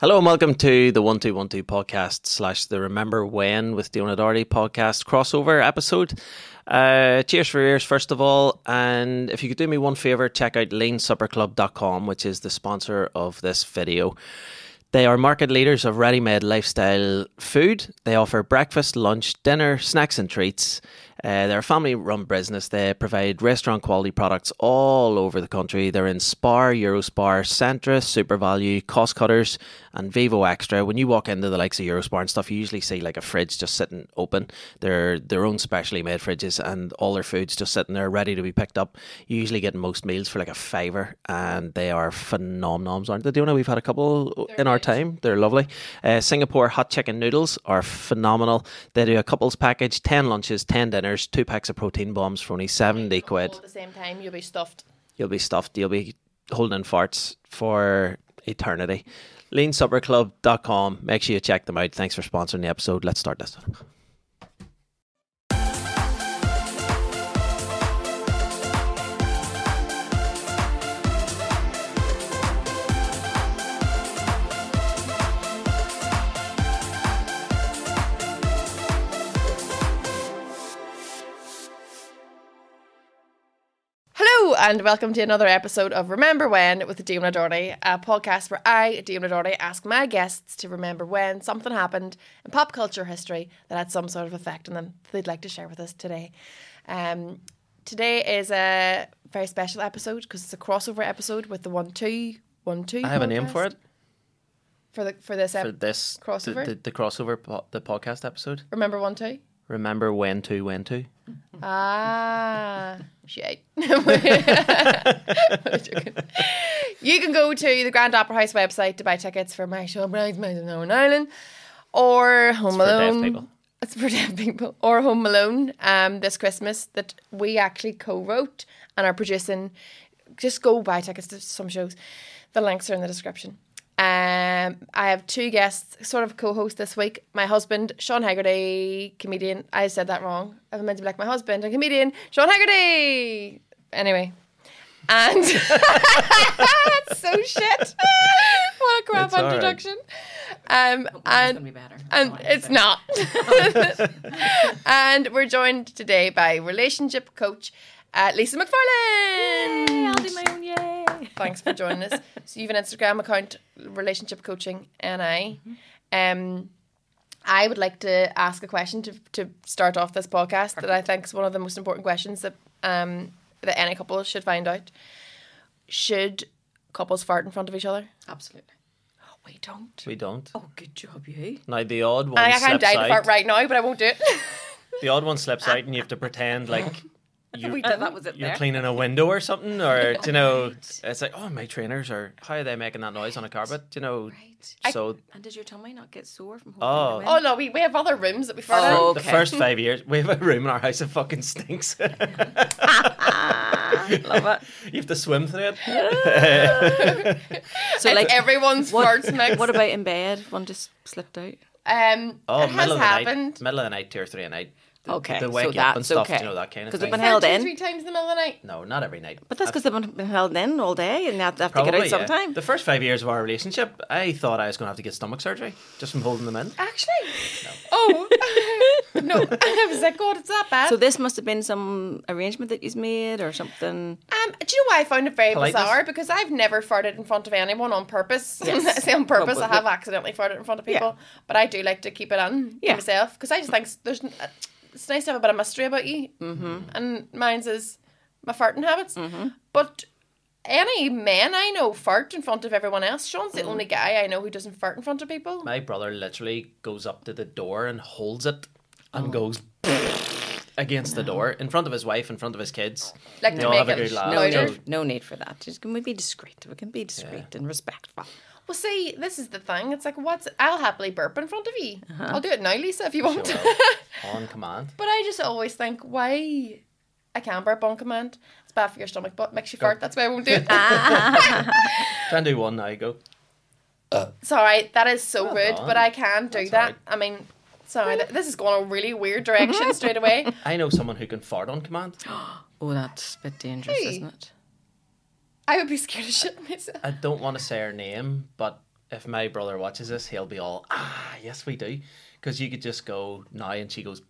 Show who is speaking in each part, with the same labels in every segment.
Speaker 1: Hello and welcome to the 1212 podcast slash the Remember When with Diona Doherty podcast crossover episode. Uh, cheers for your ears, first of all. And if you could do me one favour, check out leansupperclub.com, which is the sponsor of this video. They are market leaders of ready made lifestyle food. They offer breakfast, lunch, dinner, snacks, and treats. Uh, they're a family run business. They provide restaurant quality products all over the country. They're in Spar, Eurospar, Centra, Super Value, Cost Cutters, and Vivo Extra. When you walk into the likes of Eurospar and stuff, you usually see like a fridge just sitting open. They're their own specially made fridges, and all their food's just sitting there ready to be picked up. You usually get most meals for like a fiver, and they are phenomenals, aren't they? Do you know we've had a couple in our time. They're lovely. Uh, Singapore hot chicken noodles are phenomenal. They do a couples package, 10 lunches, 10 dinners, two packs of protein bombs for only 70
Speaker 2: All
Speaker 1: quid.
Speaker 2: at the same time, you'll be stuffed.
Speaker 1: You'll be stuffed. You'll be holding in farts for eternity. LeanSupperClub.com. Make sure you check them out. Thanks for sponsoring the episode. Let's start this.
Speaker 2: Hello and welcome to another episode of Remember When with Diona Doherty, a podcast where I, Diona Doherty, ask my guests to remember when something happened in pop culture history that had some sort of effect on them that they'd like to share with us today. Um, today is a very special episode because it's a crossover episode with the one two one two.
Speaker 1: I have a name for it.
Speaker 2: for the for this
Speaker 1: For
Speaker 2: episode.
Speaker 1: this
Speaker 2: Crossover?
Speaker 1: The, the, the crossover, po- the podcast episode.
Speaker 2: Remember one two.
Speaker 1: Remember when to, when to.
Speaker 2: Ah, shit. you can go to the Grand Opera House website to buy tickets for my show Bridesmaids of Northern Ireland or Home
Speaker 1: for deaf
Speaker 2: Alone.
Speaker 1: people.
Speaker 2: It's for deaf people. Or Home Alone um, this Christmas that we actually co wrote and are producing. Just go buy tickets to some shows. The links are in the description. Um, I have two guests, sort of co host this week. My husband, Sean Haggerty, comedian. I said that wrong. I meant to be like my husband and comedian, Sean Haggerty. Anyway. And that's so shit. what a crap
Speaker 1: It's all right.
Speaker 2: introduction. Um, and
Speaker 3: gonna be better. Oh,
Speaker 2: and it's not. and we're joined today by relationship coach uh, Lisa McFarlane.
Speaker 3: I'll do my own yay.
Speaker 2: Thanks for joining us. So you have an Instagram account, relationship coaching NI. Um, I would like to ask a question to, to start off this podcast that I think is one of the most important questions that um, that any couple should find out. Should couples fart in front of each other?
Speaker 3: Absolutely.
Speaker 2: We don't.
Speaker 1: We don't.
Speaker 3: Oh, good job, you.
Speaker 1: Now, the odd one
Speaker 2: I can't
Speaker 1: slips
Speaker 2: die to
Speaker 1: out.
Speaker 2: fart right now, but I won't do it.
Speaker 1: The odd one slips out, and you have to pretend like you,
Speaker 3: Uh, that was it
Speaker 1: you're
Speaker 3: there.
Speaker 1: cleaning a window or something, or do you know, it's like, oh, my trainers are. How are they making that noise on a carpet? Do you know?
Speaker 3: Right.
Speaker 1: So
Speaker 3: And does your tummy not get sore from
Speaker 1: Oh.
Speaker 3: holding
Speaker 2: Oh no, we, we have other rooms that we fart
Speaker 3: Oh,
Speaker 2: in.
Speaker 1: the
Speaker 3: okay.
Speaker 1: first five years, we have a room in our house that fucking stinks. you
Speaker 3: Love it.
Speaker 1: have to swim through it.
Speaker 3: So, like,
Speaker 2: everyone's farts next.
Speaker 3: what about in bed? One just slipped out.
Speaker 2: um,
Speaker 1: Oh,
Speaker 2: it has
Speaker 1: middle of the
Speaker 2: happened.
Speaker 1: night, middle of the night, two or three at night. The-
Speaker 3: Okay,
Speaker 1: the
Speaker 3: so
Speaker 1: wake you up
Speaker 3: that's
Speaker 1: and stuff. do
Speaker 3: okay.
Speaker 1: You know that kind of
Speaker 3: 'Cause
Speaker 1: thing.
Speaker 3: they've been held
Speaker 2: Two,
Speaker 3: in.
Speaker 2: three times in the middle of the night.
Speaker 1: no, not every night.
Speaker 3: But that's because they've been held in all day and they have to, have to get out
Speaker 1: yeah.
Speaker 3: sometime.
Speaker 1: The first five years of our relationship, I thought I was going to have to get stomach surgery just from holding them in.
Speaker 2: Actually, oh no, I was like, God, it's that bad.
Speaker 3: So this must have been some arrangement that you've made or something.
Speaker 2: um, do you know why I found it very
Speaker 1: Politeness?
Speaker 2: bizarre? Because I've never farted in front of anyone on purpose.
Speaker 3: Yes.
Speaker 2: I say on purpose.
Speaker 3: Well,
Speaker 2: I have accidentally farted in front of people, but I do like to keep it on
Speaker 3: Yeah.
Speaker 2: myself because I just think there's. It's nice to have a bit of mystery about you, mm-hmm. and mine's is my farting habits. But any man I know fart in front of everyone else. Sean's the only guy I know who doesn't fart in front of people.
Speaker 1: My brother literally goes up to the door and holds it
Speaker 2: Oh.
Speaker 1: and goes against the door in front of his wife, in front of his kids.
Speaker 2: like
Speaker 1: They
Speaker 2: to
Speaker 1: all
Speaker 2: make
Speaker 1: have a
Speaker 2: it
Speaker 1: good laugh.
Speaker 3: No,
Speaker 2: louder.
Speaker 3: no, no need for that. Just can we be discreet? We can be discreet and respectful.
Speaker 2: Well, see, this is the thing. It's like, what's? I'll happily burp in front of you. I'll do it now, Lisa, if you want.
Speaker 1: Uh-huh. Sure. uh, on command.
Speaker 2: but I just always think, why? I can burp on command. It's bad for your stomach, but makes you fart. That's why I won't do it.
Speaker 1: Ah. Try and do one now. Go.
Speaker 2: sorry, that is so
Speaker 1: Well
Speaker 2: rude,
Speaker 1: done.
Speaker 2: but I can do
Speaker 1: That's
Speaker 2: that.
Speaker 1: alright.
Speaker 2: I mean, sorry, th- this is going a really weird direction straight away.
Speaker 1: I know someone who can fart on command.
Speaker 3: Oh, that's a bit dangerous,
Speaker 2: Hey.
Speaker 3: isn't it?
Speaker 2: I would be scared of shit myself.
Speaker 1: I don't want to say her name, but if my brother watches this, he'll be all, ah, yes, we do. Because you could just go now and she goes,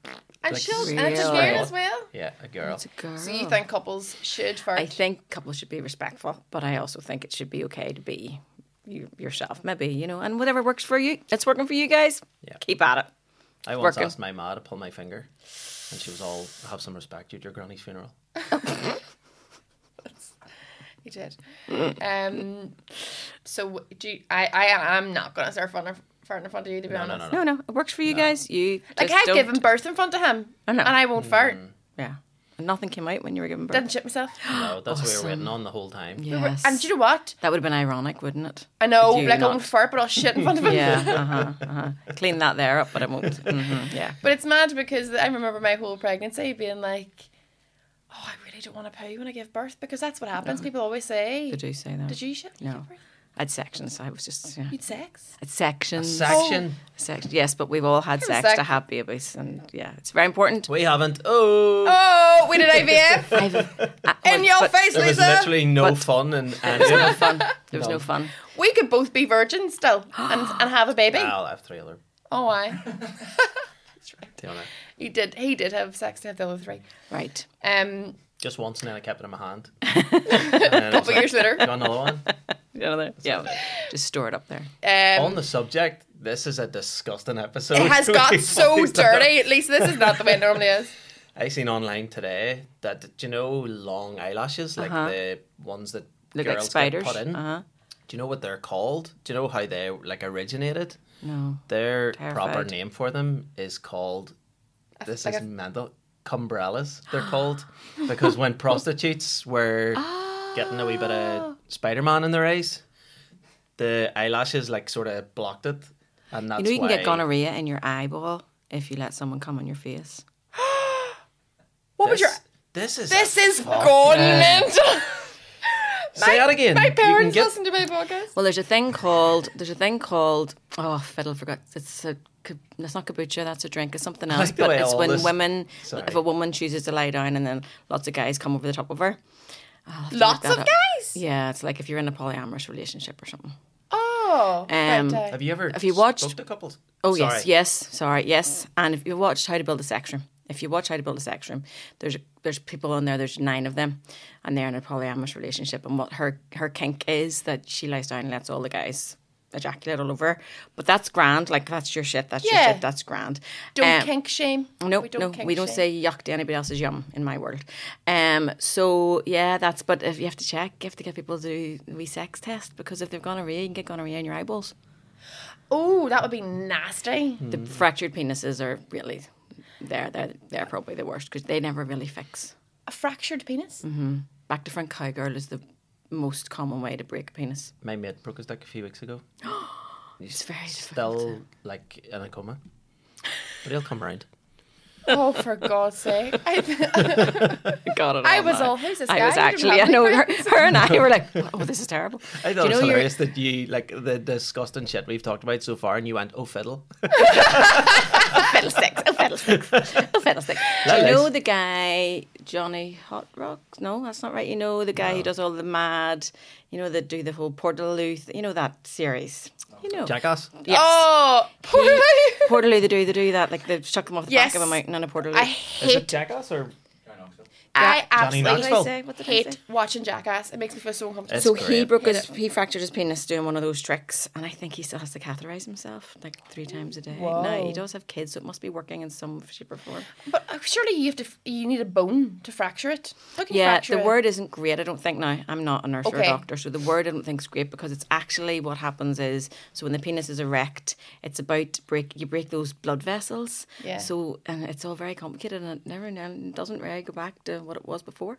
Speaker 1: like,
Speaker 2: And
Speaker 1: Oh.
Speaker 2: she'll
Speaker 1: "Sweet
Speaker 2: and it's a
Speaker 3: Really?
Speaker 2: girl as well.
Speaker 1: Yeah, a girl.
Speaker 3: It's a girl.
Speaker 2: So you think couples should fart?
Speaker 3: I think couples should be respectful, but I also think it should be okay to be you, yourself, maybe, you know, and whatever works for you, it's working for you guys.
Speaker 1: Yeah.
Speaker 3: Keep at it.
Speaker 1: I once
Speaker 3: working.
Speaker 1: asked my ma to pull my finger, and she was all, have some respect, you're at your granny's funeral.
Speaker 2: You did. um, so do you, I? I am not gonna start fun farting in front of you to be
Speaker 1: No, no,
Speaker 2: honest.
Speaker 1: no, no.
Speaker 3: No, no, it works for you guys. You
Speaker 2: Like
Speaker 3: just
Speaker 2: I've
Speaker 3: don't-
Speaker 2: given birth in front of him,
Speaker 3: I know.
Speaker 2: and I won't fart.
Speaker 1: Mm.
Speaker 3: yeah, and nothing came out when you were giving birth.
Speaker 2: Didn't shit myself.
Speaker 1: No, that's what we were waiting on the whole time.
Speaker 2: We were-
Speaker 3: yes,
Speaker 2: And do you know what?
Speaker 3: that would have been ironic, wouldn't it?
Speaker 2: I know,
Speaker 3: You
Speaker 2: like
Speaker 3: not-
Speaker 2: I won't fart, but I'll shit in front of him.
Speaker 3: Yeah, uh-huh, uh-huh. clean that there up, but I won't. Mhm, yeah,
Speaker 2: But it's mad because I remember my whole pregnancy being like, "Oh, I really don't want to poo when I give birth because that's what happens." People always say,
Speaker 3: they do say that.
Speaker 2: "Did you shit?" when you
Speaker 3: No.
Speaker 2: gave birth?
Speaker 3: I had sections. I was just yeah.
Speaker 2: You'd sex.
Speaker 3: Had sections.
Speaker 1: Section.
Speaker 3: Sex, yes, but we've all had
Speaker 2: Have a
Speaker 3: sex to
Speaker 2: sec.
Speaker 3: have babies, and yeah, it's very important.
Speaker 1: We haven't. Oh!
Speaker 2: Oh, we did IVF
Speaker 3: I've, I-
Speaker 2: in your
Speaker 3: but
Speaker 2: face,
Speaker 1: There was
Speaker 2: Lisa.
Speaker 1: literally no
Speaker 3: but-
Speaker 1: fun in
Speaker 3: There was
Speaker 1: any
Speaker 3: no
Speaker 1: of
Speaker 3: fun. There was
Speaker 1: No.
Speaker 3: no fun.
Speaker 2: We could both be virgins still and, and have a baby.
Speaker 1: Well, I have three other.
Speaker 2: Oh, I.
Speaker 1: do you know,
Speaker 2: He did. He did have sex to have the other three.
Speaker 3: Right.
Speaker 2: Um,
Speaker 1: Just once, and then I kept it in my hand. A
Speaker 2: couple years later.
Speaker 1: Got another one.
Speaker 3: Yeah. Just store it up there.
Speaker 1: On
Speaker 2: Um,
Speaker 1: the subject, this is a disgusting episode.
Speaker 2: it has got so dirty. At least this is not the way it normally is.
Speaker 1: I seen online today that do you know long eyelashes, like
Speaker 3: Uh-huh.
Speaker 1: the ones that
Speaker 3: Look
Speaker 1: girls
Speaker 3: like spiders.
Speaker 1: get put in.
Speaker 3: Uh-huh.
Speaker 1: Do you know what they're called? Do you know how they like originated?
Speaker 3: No.
Speaker 1: Their proper
Speaker 3: Terrified.
Speaker 1: name for them is called. This
Speaker 2: like
Speaker 1: is
Speaker 2: a-
Speaker 1: mental. Cumbrellas, they're called, because when prostitutes were getting a wee bit of Spider Man in their eyes, the eyelashes like sort of blocked it, and that's
Speaker 3: You know you can
Speaker 1: why-
Speaker 3: get gonorrhea in your eyeball if you let someone come on your face.
Speaker 2: What
Speaker 1: This,
Speaker 2: was your?
Speaker 1: this is
Speaker 2: This
Speaker 1: a
Speaker 2: is
Speaker 1: fuck-
Speaker 2: gone mental.
Speaker 1: Say that again.
Speaker 2: My
Speaker 1: You can
Speaker 2: parents
Speaker 1: get-
Speaker 2: listen to my podcast.
Speaker 3: Well, there's a thing called there's a thing called oh fiddle forgot it's a co- it's not kombucha that's a drink it's something else
Speaker 1: like the
Speaker 3: but
Speaker 1: way
Speaker 3: it's
Speaker 1: all
Speaker 3: when
Speaker 1: this-
Speaker 3: women
Speaker 1: Sorry.
Speaker 3: if a woman chooses to lie down and then lots of guys come over the top of her. I'll have to look
Speaker 2: uh, Lots
Speaker 3: that
Speaker 2: of
Speaker 3: up.
Speaker 2: guys.
Speaker 3: Yeah, it's like if you're in a polyamorous relationship or something.
Speaker 2: Oh, right,
Speaker 3: Um,
Speaker 2: right.
Speaker 1: Have you ever
Speaker 3: Have you
Speaker 1: s-
Speaker 3: watched-
Speaker 1: spoke to couples?
Speaker 3: Oh
Speaker 1: Sorry.
Speaker 3: yes, yes, sorry, yes. And if you watched How to Build a Sex Room, if you watch How to Build a Sex Room, there's there's people on there. There's nine of them, and they're in a polyamorous relationship. And what her her kink is that she lies down and lets all the guys ejaculate all over. her. But that's grand. Like that's your shit. That's
Speaker 2: Yeah.
Speaker 3: your shit. That's grand.
Speaker 2: don't
Speaker 3: Um,
Speaker 2: kink shame.
Speaker 3: no, no, we don't say yuck to anybody else's yum in my world. Um, so yeah, that's. But if you have to check, you have to get people to do a wee sex test because if they've gonorrhea, you can get gonorrhea in your eyeballs.
Speaker 2: Oh, that would be nasty.
Speaker 3: The
Speaker 1: Mm.
Speaker 3: fractured penises are really they're they're they're probably the worst because they never really fix.
Speaker 2: A fractured penis.
Speaker 3: Mm-hmm. Back to front cowgirl is the most common way to break a penis.
Speaker 1: My mate broke his dick a few weeks ago.
Speaker 3: It's very difficult.
Speaker 1: Still like in a coma, but he'll come round.
Speaker 2: Oh, for God's sake! I,
Speaker 3: Got it.
Speaker 2: I
Speaker 3: all
Speaker 2: was
Speaker 3: now.
Speaker 2: all, "Who's this
Speaker 3: I
Speaker 2: guy?
Speaker 3: was
Speaker 2: You didn't
Speaker 3: actually. I
Speaker 2: have
Speaker 3: know
Speaker 2: any
Speaker 3: her,
Speaker 2: friends."
Speaker 3: her and I were like, "Oh, this is terrible."
Speaker 1: I thought
Speaker 3: Do you
Speaker 1: it was
Speaker 3: know you're-
Speaker 1: hilarious that you like the disgusting shit we've talked about so far, and you went, "Oh fiddle."
Speaker 3: fiddlesticks. Oh, fiddlesticks. Oh, fiddlesticks. Do you
Speaker 1: Lovely.
Speaker 3: know the guy Johnny Hot Rock? No, that's not right. You know the guy who does all the mad. You know that do the whole Portaloo. Th- you know that series. You know.
Speaker 1: Jackass.
Speaker 3: Yes.
Speaker 2: Oh,
Speaker 3: Portaloo, they do, they do that. Like they chuck them off the
Speaker 2: Yes.
Speaker 3: back of a mountain on a Portaloo.
Speaker 2: I
Speaker 1: Is it
Speaker 2: hate.
Speaker 1: Jackass or?
Speaker 2: I
Speaker 1: Johnny
Speaker 3: what
Speaker 2: absolutely
Speaker 3: did
Speaker 1: Knoxville.
Speaker 3: I say? What did I
Speaker 2: hate
Speaker 3: say?
Speaker 2: watching Jackass. It makes me feel so uncomfortable.
Speaker 1: It's
Speaker 3: So he
Speaker 1: great.
Speaker 3: broke his, he fractured his penis doing one of those tricks, and I think he still has to catheterize himself like three times a day. Now
Speaker 2: Whoa.
Speaker 3: he does have kids, so it must be working in some shape or form.
Speaker 2: But uh, surely you have to. f- You need a bone to fracture it. How can you
Speaker 3: Yeah,
Speaker 2: fracture
Speaker 3: the
Speaker 2: it?
Speaker 3: word isn't great. I don't think now. I'm not a nurse or a
Speaker 2: Okay.
Speaker 3: doctor, so the word I don't think's great because it's actually what happens is so when the penis is erect, it's about break you break those blood vessels.
Speaker 2: Yeah.
Speaker 3: So and it's all very complicated, and it never and it doesn't really go back to what it was before.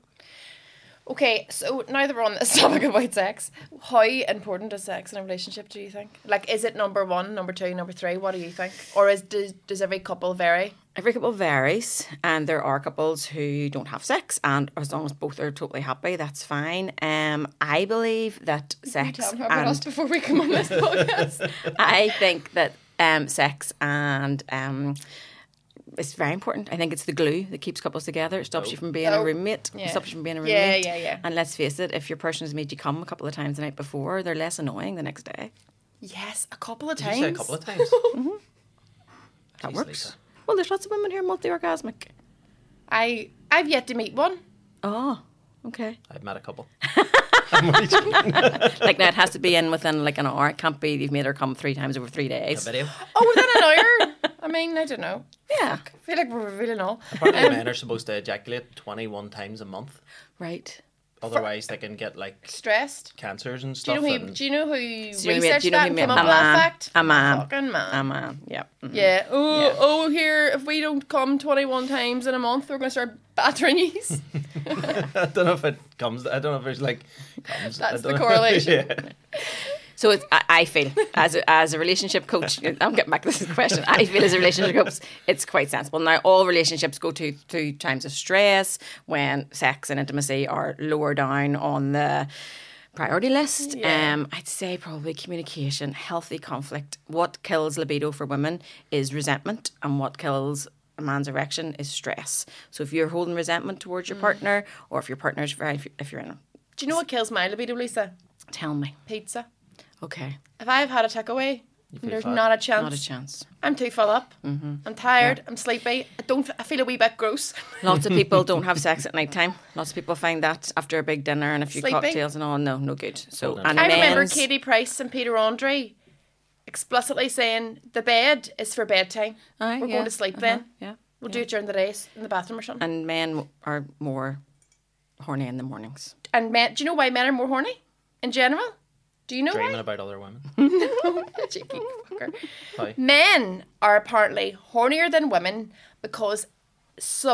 Speaker 2: Okay, so now that we're on this topic about sex, how important is sex in a relationship? Do you think? Like, is it number one, number two, number three? What do you think? Or is does, does every couple vary?
Speaker 3: Every couple varies, and there are couples who don't have sex, and as long as both are totally happy, that's fine. Um, I believe that sex
Speaker 2: Tell me about us
Speaker 3: and
Speaker 2: before we come on this podcast.
Speaker 3: I think that um, sex and um, it's very important. I think it's the glue that keeps couples together. It stops you from being
Speaker 2: Oh.
Speaker 3: a roommate.
Speaker 2: Yeah.
Speaker 3: It stops you from being a
Speaker 2: Yeah,
Speaker 3: roommate.
Speaker 2: yeah, yeah.
Speaker 3: And let's face it, if your person has made you come a couple of times the night before, they're less annoying the next day.
Speaker 2: Yes, a couple of
Speaker 1: Did
Speaker 2: times.
Speaker 1: you say a couple of times?
Speaker 3: That
Speaker 1: Jeez,
Speaker 3: works.
Speaker 1: Lisa.
Speaker 3: Well, there's lots of women who are multi-orgasmic.
Speaker 2: I I've yet to meet one.
Speaker 3: Oh, okay.
Speaker 1: I've met a couple.
Speaker 3: like now, it has to be in within like an hour. It can't be you've made her come three times over three
Speaker 1: A
Speaker 3: days.
Speaker 1: video.
Speaker 2: Oh, within an hour. I mean, I don't know.
Speaker 3: Yeah.
Speaker 2: I feel like we're revealing all.
Speaker 1: Apparently, men are supposed to ejaculate 21 times a month.
Speaker 3: Right.
Speaker 1: Otherwise, they can get like
Speaker 2: Stressed.
Speaker 1: cancers and
Speaker 2: Do
Speaker 1: stuff.
Speaker 2: you know who?
Speaker 1: and-
Speaker 2: Do you know who
Speaker 3: Do you know who-
Speaker 2: researched
Speaker 3: do you know
Speaker 2: that
Speaker 3: who
Speaker 2: and
Speaker 3: made-
Speaker 2: came
Speaker 3: a
Speaker 2: up with that
Speaker 3: man.
Speaker 2: fact?
Speaker 3: A man.
Speaker 2: Fucking man.
Speaker 3: A man. Yeah. mhm.
Speaker 2: Yeah. Oh,
Speaker 3: Yeah.
Speaker 2: oh, here, if we don't come 21 times in a month, we're going to start battering you.
Speaker 1: I don't know if it comes. I don't know if it's like comes. I
Speaker 2: That's
Speaker 1: don't
Speaker 2: the
Speaker 1: know.
Speaker 2: correlation.
Speaker 1: yeah.
Speaker 3: So it's, I, I feel as a, as a relationship coach, I'm getting back to this question. I feel as a relationship coach, it's quite sensible. Now all relationships go to to times of stress when sex and intimacy are lower down on the priority list.
Speaker 2: Yeah.
Speaker 3: Um, I'd say probably communication, healthy conflict. What kills libido for women is resentment, and what kills a man's erection is stress. So if you're holding resentment towards your partner, or if your partner's very, if you're in, a,
Speaker 2: Do you know what kills my libido, Lisa?
Speaker 3: tell me,
Speaker 2: Pizza.
Speaker 3: okay,
Speaker 2: If I've had a takeaway, there's
Speaker 1: fat.
Speaker 2: not a chance.
Speaker 3: not a chance. Mm-hmm.
Speaker 2: I'm too full up. I'm tired. I'm sleepy. I don't. I feel a wee bit gross.
Speaker 3: Lots of people don't have sex at night time. Lots of people find that after a big dinner and a few
Speaker 2: Sleepy.
Speaker 3: cocktails and all, no, no good. So,
Speaker 1: Hold on.
Speaker 3: and
Speaker 2: I remember
Speaker 3: men's-
Speaker 2: Katie Price and Peter Andre explicitly saying the bed is for bedtime.
Speaker 3: Aye,
Speaker 2: We're
Speaker 3: yeah,
Speaker 2: going to sleep
Speaker 3: uh-huh,
Speaker 2: then.
Speaker 3: Yeah.
Speaker 2: We'll do it during the days in the bathroom or something. And,
Speaker 3: And men are more horny in the mornings.
Speaker 2: men, do you know why men are more horny in general? Do you know
Speaker 1: Dreaming about other women.
Speaker 2: why? Cheeky fucker.
Speaker 1: Hi.
Speaker 2: Men are apparently hornier than women because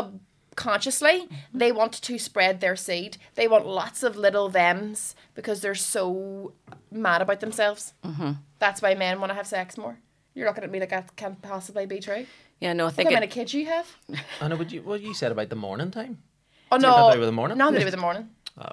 Speaker 2: subconsciously
Speaker 3: Mm-hmm.
Speaker 2: they want to spread their seed. They want lots of little thems because they're so mad about themselves. Mm-hmm. That's why men want to have sex more. You're looking at me like that can't possibly be true.
Speaker 3: Yeah, no, I
Speaker 2: Look
Speaker 3: think
Speaker 2: how many
Speaker 3: it,
Speaker 2: kids you have.
Speaker 1: I know what you what you said about the morning time.
Speaker 2: Oh
Speaker 1: Nothing
Speaker 2: no,
Speaker 1: to do with the morning?
Speaker 2: Nothing to do with the morning.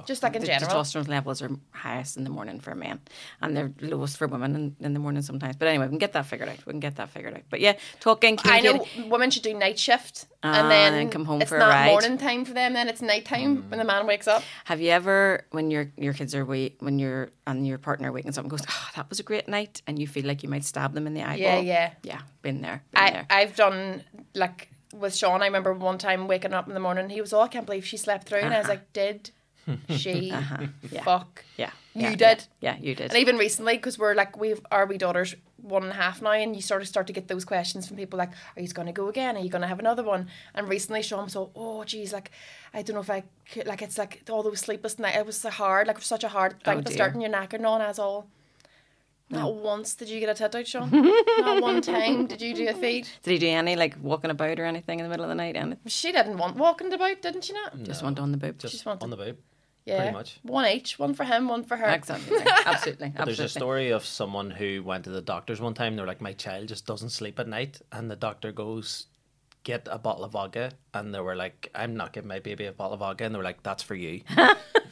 Speaker 2: Just like in
Speaker 3: the
Speaker 2: general.
Speaker 3: testosterone levels are highest in the morning for men and they're lowest for women in, in the morning sometimes. But anyway, we can get that figured out. We can get that figured out. But yeah, talking,
Speaker 2: I know
Speaker 3: communicating.
Speaker 2: women should do night shift
Speaker 3: Ah,
Speaker 2: and then
Speaker 3: and come home
Speaker 2: it's
Speaker 3: for a
Speaker 2: not
Speaker 3: ride. Mm.
Speaker 2: morning time for them. Then it's night time when the man wakes up.
Speaker 3: Have you ever, when your your kids are wait, when your and your partner waking something goes, oh, that was a great night, and you feel like you might stab them in the eyeball?
Speaker 2: Yeah, yeah.
Speaker 3: yeah. Been there. Been
Speaker 2: I
Speaker 3: there.
Speaker 2: I've done like with Sean. I remember one time waking up in the morning. He was, "Oh, I can't believe she slept through," and I was like, "Did she?
Speaker 3: Uh-huh. Yeah.
Speaker 2: Fuck."
Speaker 3: Yeah,
Speaker 2: You
Speaker 3: yeah,
Speaker 2: did.
Speaker 3: Yeah, yeah, you did.
Speaker 2: And even recently, because we're like, we've our wee daughter's one and a half now, and you sort of start to get those questions from people like, "Are you going to go again? Are you going to have another one?" And recently, Sean was all, "Oh, geez, like, I don't know if I could, like, it's like all those sleepless nights. It was so hard, like, such a hard thing
Speaker 3: Oh,
Speaker 2: to
Speaker 3: dear.
Speaker 2: start in your neck and all." And I was all, "Not once did you get a tit out, Sean. Not one time did you do a feed.
Speaker 3: Did he do any like walking about or anything in the middle of the night? And
Speaker 2: She didn't want walking about, didn't she? Not.
Speaker 3: just went on the boob.
Speaker 1: Just
Speaker 2: Just wanted-
Speaker 1: on the boob.
Speaker 2: Yeah,
Speaker 1: pretty much.
Speaker 2: One each, one for him, one for her.
Speaker 3: Exactly. Absolutely.
Speaker 1: There's
Speaker 3: absolutely.
Speaker 1: a story of someone who went to the doctors one time. They're like, "My child just doesn't sleep at night," and the doctor goes, "Get a bottle of vodka." And they were like, "I'm not giving my baby a bottle of vodka." And they were like, "That's for you."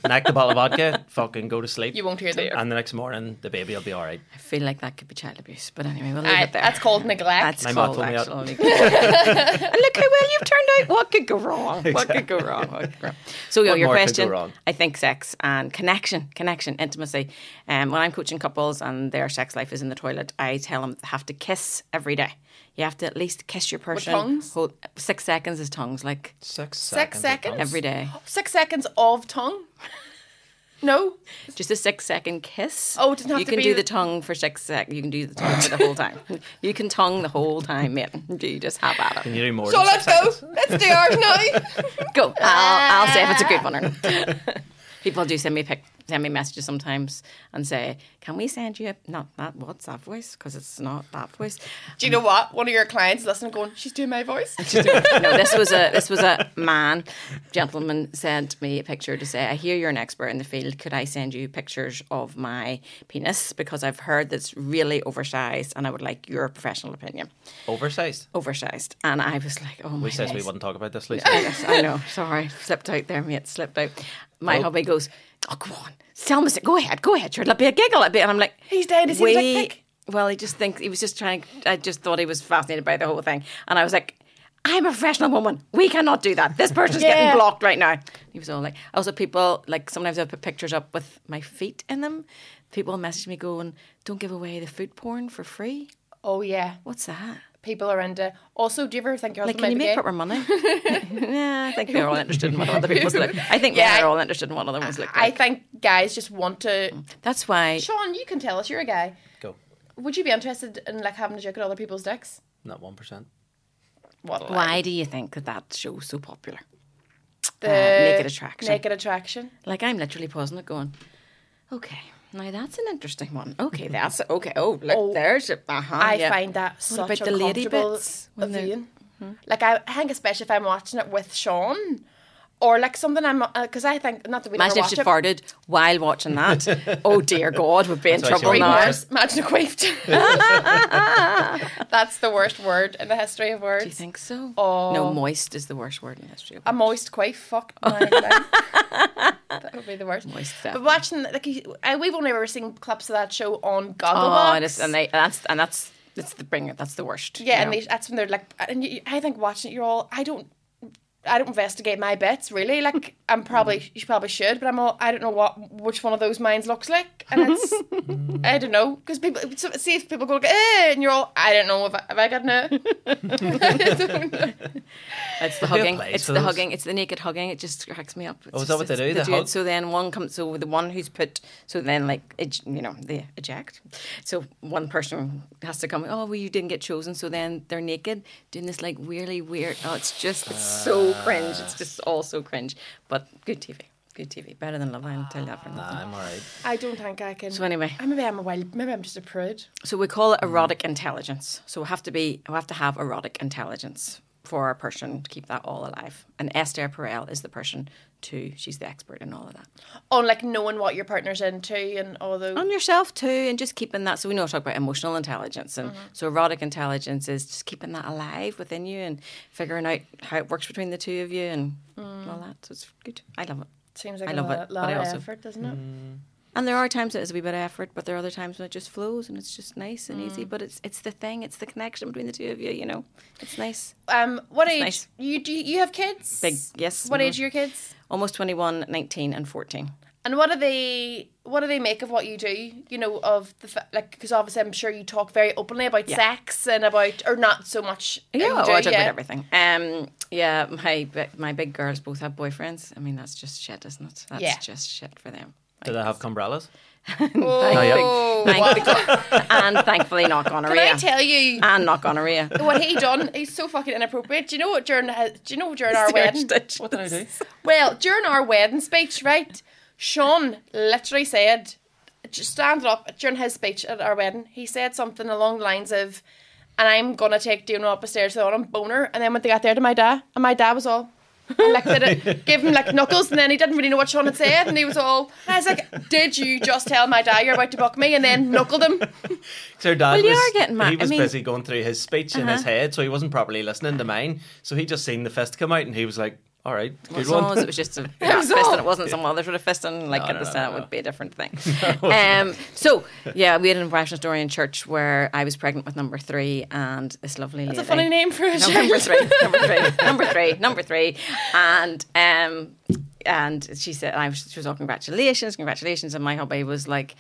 Speaker 1: Neck the bottle of vodka, fucking go to sleep.
Speaker 2: You won't hear them.
Speaker 3: uh,
Speaker 1: And the next morning, the baby will be all right.
Speaker 3: I feel like that could be child abuse, but anyway, we'll leave
Speaker 2: Aye,
Speaker 3: it there.
Speaker 2: that's called neglect.
Speaker 3: That's
Speaker 1: My mom
Speaker 3: called
Speaker 1: told me that.
Speaker 3: actual neglect. and look how well you've turned out. What could go wrong? What could go wrong? What could go wrong? So yeah,
Speaker 1: What
Speaker 3: your
Speaker 1: more could go
Speaker 3: question.
Speaker 1: wrong?
Speaker 3: I think sex and connection, connection, intimacy. Um, when I'm coaching couples and their sex life is in the toilet, I tell them they have to kiss every day. You have to at least kiss your person.
Speaker 2: tongues?
Speaker 3: Hold, six seconds is tongues, like
Speaker 1: Six
Speaker 2: Six
Speaker 1: seconds.
Speaker 2: seconds.
Speaker 3: every day.
Speaker 2: Six seconds of tongue. No,
Speaker 3: Just a six second kiss.
Speaker 2: Oh, it doesn't have
Speaker 3: you
Speaker 2: to
Speaker 3: can
Speaker 2: be
Speaker 3: do
Speaker 2: the-
Speaker 3: the tongue for six seconds. You can do the tongue for the whole time. You can tongue the whole time, mate. You just have at it.
Speaker 1: Can you do more?
Speaker 2: so
Speaker 1: than
Speaker 2: let's
Speaker 1: six
Speaker 2: go.
Speaker 1: seconds?
Speaker 2: Let's do ours now.
Speaker 3: Go. I'll, I'll say if it's a good one or not. People do send me pic, send me messages sometimes and say, "Can we send you a, not that WhatsApp voice because it's not that voice."
Speaker 2: do you know what? One of your clients listening, going, "She's doing my voice."
Speaker 3: no, this was a this was a man gentleman sent me a picture to say, I hear you're an expert in the field. Could I send you pictures of my penis because I've heard that's really oversized, and I would like your professional opinion.
Speaker 1: Oversized.
Speaker 3: Oversized, and I was like, oh my.
Speaker 1: We says we
Speaker 3: days.
Speaker 1: wouldn't talk about this, Lisa.
Speaker 3: Yes, I know. Sorry, slipped out there, mate. Slipped out. My
Speaker 1: Oh.
Speaker 3: hubby goes, "Oh, go on, tell me. Go ahead, go ahead. Sure, it'll be a giggle, it'll be." And I'm like,
Speaker 2: He's dead, is he a dick
Speaker 3: "We-
Speaker 2: pic?"
Speaker 3: Well, he just thinks he was just trying. I just thought he was fascinated by the whole thing, and I was like, "I'm a professional woman. We cannot do that. This person's
Speaker 2: Yeah.
Speaker 3: getting blocked right now." He was all like, "Also, people like sometimes I put pictures up with my feet in them people message me going, "Don't give away the food porn for free."
Speaker 2: Oh yeah,
Speaker 3: What's that?
Speaker 2: people are into. Also, do you ever think your
Speaker 3: Like,
Speaker 2: husband
Speaker 3: can you
Speaker 2: might be
Speaker 3: make
Speaker 2: gay?
Speaker 3: proper money? yeah, I think they're all interested in what other people's look. I think
Speaker 2: Yeah,
Speaker 3: men are
Speaker 2: I-
Speaker 3: all interested in what other ones look
Speaker 2: I
Speaker 3: like.
Speaker 2: think guys just want to.
Speaker 3: That's why
Speaker 2: Sean, you can tell us. You're a guy.
Speaker 1: Go.
Speaker 2: Would you be interested in like having a joke at other people's dicks?
Speaker 1: Not 1%.
Speaker 2: What? a lie.
Speaker 3: Why do you think that that show's so popular?
Speaker 2: The
Speaker 3: naked attraction.
Speaker 2: Naked uh, attraction.
Speaker 3: Like I'm literally pausing it, going, "Okay, now that's an interesting one. Okay, that's okay. Oh, look,
Speaker 2: Oh,
Speaker 3: there's it. Uh-huh,
Speaker 2: I
Speaker 3: yeah.
Speaker 2: find that such
Speaker 3: about the lady
Speaker 2: uncomfortable
Speaker 3: bits when they're- Hmm?
Speaker 2: viewing. Like I, I think especially if I'm watching it with Sean, or like something I'm because I think not that we
Speaker 3: Imagine
Speaker 2: never
Speaker 3: if
Speaker 2: watch
Speaker 3: she
Speaker 2: it.
Speaker 3: farted while watching that. oh dear God, we'd be in
Speaker 1: That's why she
Speaker 3: trouble
Speaker 1: went
Speaker 3: now.
Speaker 1: back.
Speaker 2: Worse. Imagine a quaffed. That's the worst word in the history of words.
Speaker 3: Do you think so?
Speaker 2: Oh.
Speaker 3: No, moist is the worst word in history.
Speaker 2: A moist quaff. Fuck my life. That would be the worst.
Speaker 3: Moist,
Speaker 2: But
Speaker 3: definitely.
Speaker 2: watching like you- I, we've only ever seen clips of that show on
Speaker 3: oh,
Speaker 2: Gogglebox.
Speaker 3: and, it's, and they, that's and that's that's the bringer. That's the worst.
Speaker 2: Yeah,
Speaker 3: you
Speaker 2: and
Speaker 3: know.
Speaker 2: they, that's when they're like, and you, I think watching it, you're all, I don't, I don't investigate my bets really. Like, I'm
Speaker 3: Mm.
Speaker 2: probably, you probably should, but I'm all, I don't know what, which one of those minds looks like, and it's,
Speaker 3: Mm.
Speaker 2: I don't know, because people, so, see if people go like, eh, and you're all, I don't know if I, have I got no.
Speaker 3: It's the hugging.
Speaker 1: plays
Speaker 3: It's
Speaker 1: for
Speaker 3: the
Speaker 1: those?
Speaker 3: hugging. It's the naked hugging. It just cracks me up. It's
Speaker 1: Oh, is
Speaker 3: just-
Speaker 1: that what they
Speaker 3: it's-
Speaker 1: do? They hug?
Speaker 3: So then one comes. So the one who's put. So then like ej- you know they eject. So one person has to come. Oh, well, you didn't get chosen. So then they're naked doing this like weirdly weird. Oh, it's just it's so
Speaker 1: Ah.
Speaker 3: cringe. It's just all so cringe. But good TV. Good TV. Better than Love Island. Tell that for nothing.
Speaker 1: Nah, I'm all right.
Speaker 2: I don't think I can.
Speaker 3: So anyway.
Speaker 2: I, maybe I'm a wild, maybe I'm just a prude.
Speaker 3: So we call it erotic intelligence. So we have to be, we have to have erotic intelligence for our person to keep that all alive. And Esther Perel is the person too. She's the expert in all of that.
Speaker 2: On like knowing what your partner's into and all those.
Speaker 3: On yourself too, and just keeping that. So we know we talk about emotional intelligence, and so erotic intelligence is just keeping that alive within you and figuring out how it works between the two of you and all that. So it's good. I love it.
Speaker 2: Seems like
Speaker 3: I
Speaker 2: a
Speaker 3: love
Speaker 2: lot,
Speaker 3: it,
Speaker 2: lot
Speaker 3: but I
Speaker 2: of
Speaker 3: also- Mm.
Speaker 2: effort, doesn't it?
Speaker 3: And there are times that it's a wee bit of effort, but there are other times when it just flows and it's just nice and easy. But it's it's the thing, it's the connection between the two of you. You know, it's nice.
Speaker 2: Um, what age
Speaker 3: nice.
Speaker 2: you do? You, you have kids?
Speaker 3: Big yes.
Speaker 2: What
Speaker 3: mhm.
Speaker 2: age are your kids?
Speaker 3: almost 21, 19, and 14.
Speaker 2: And what do they? What do they make of what you do? You know, of the fa- like, because obviously I'm sure you talk very openly about sex and about, or not so much. that you
Speaker 3: oh,
Speaker 2: do,
Speaker 3: I talk about everything. Um, yeah, my bi- my big girls both have boyfriends. I mean, that's just shit, isn't it? That's
Speaker 2: Yeah.
Speaker 3: just shit for them.
Speaker 1: Do they have cumbrellas?
Speaker 2: Oh, wow.
Speaker 3: and thankfully, not
Speaker 2: can I
Speaker 3: gonorrhea.
Speaker 2: tell you
Speaker 3: and not gonorrhea.
Speaker 2: what he done? He's so fucking inappropriate. Do you know what during? his- Do you know during our wedding?
Speaker 1: What did I do?
Speaker 2: Well, during our wedding speech, right, Sean literally said, just stand up during his speech at our wedding, he said something along the lines of, and I'm going to take Dino up the stairs to the autumn boner. And then when they got there to my dad, and my dad was all, and like did it, gave him like knuckles, and then he didn't really know what Sean had said, and he was all, and I was like, did you just tell my dad you're about to buck me? And then knuckled him.
Speaker 1: So dad
Speaker 3: you
Speaker 1: was,
Speaker 3: are getting mad.
Speaker 1: he
Speaker 3: I
Speaker 1: was
Speaker 3: mean- Uh-huh.
Speaker 1: busy going through his speech in his head, so he wasn't properly listening to mine. So he just seen the fist come out, and he was like, "All right, good
Speaker 3: As
Speaker 1: one."
Speaker 3: long as it was just a that
Speaker 2: was
Speaker 3: fist and
Speaker 2: all-
Speaker 3: it wasn't some other sort of fist and like
Speaker 1: No,
Speaker 3: at
Speaker 1: no,
Speaker 3: the
Speaker 1: no,
Speaker 3: start
Speaker 1: no.
Speaker 3: would be a different thing. um, so yeah, we had an impressionist story in church where I was pregnant with number three and this lovely
Speaker 2: It's a
Speaker 3: lady.
Speaker 2: funny name for a
Speaker 3: No, number
Speaker 2: show.
Speaker 3: three, number three, number three, number three, and um, and she said, I was, she was all congratulations, congratulations, and my hubby was like,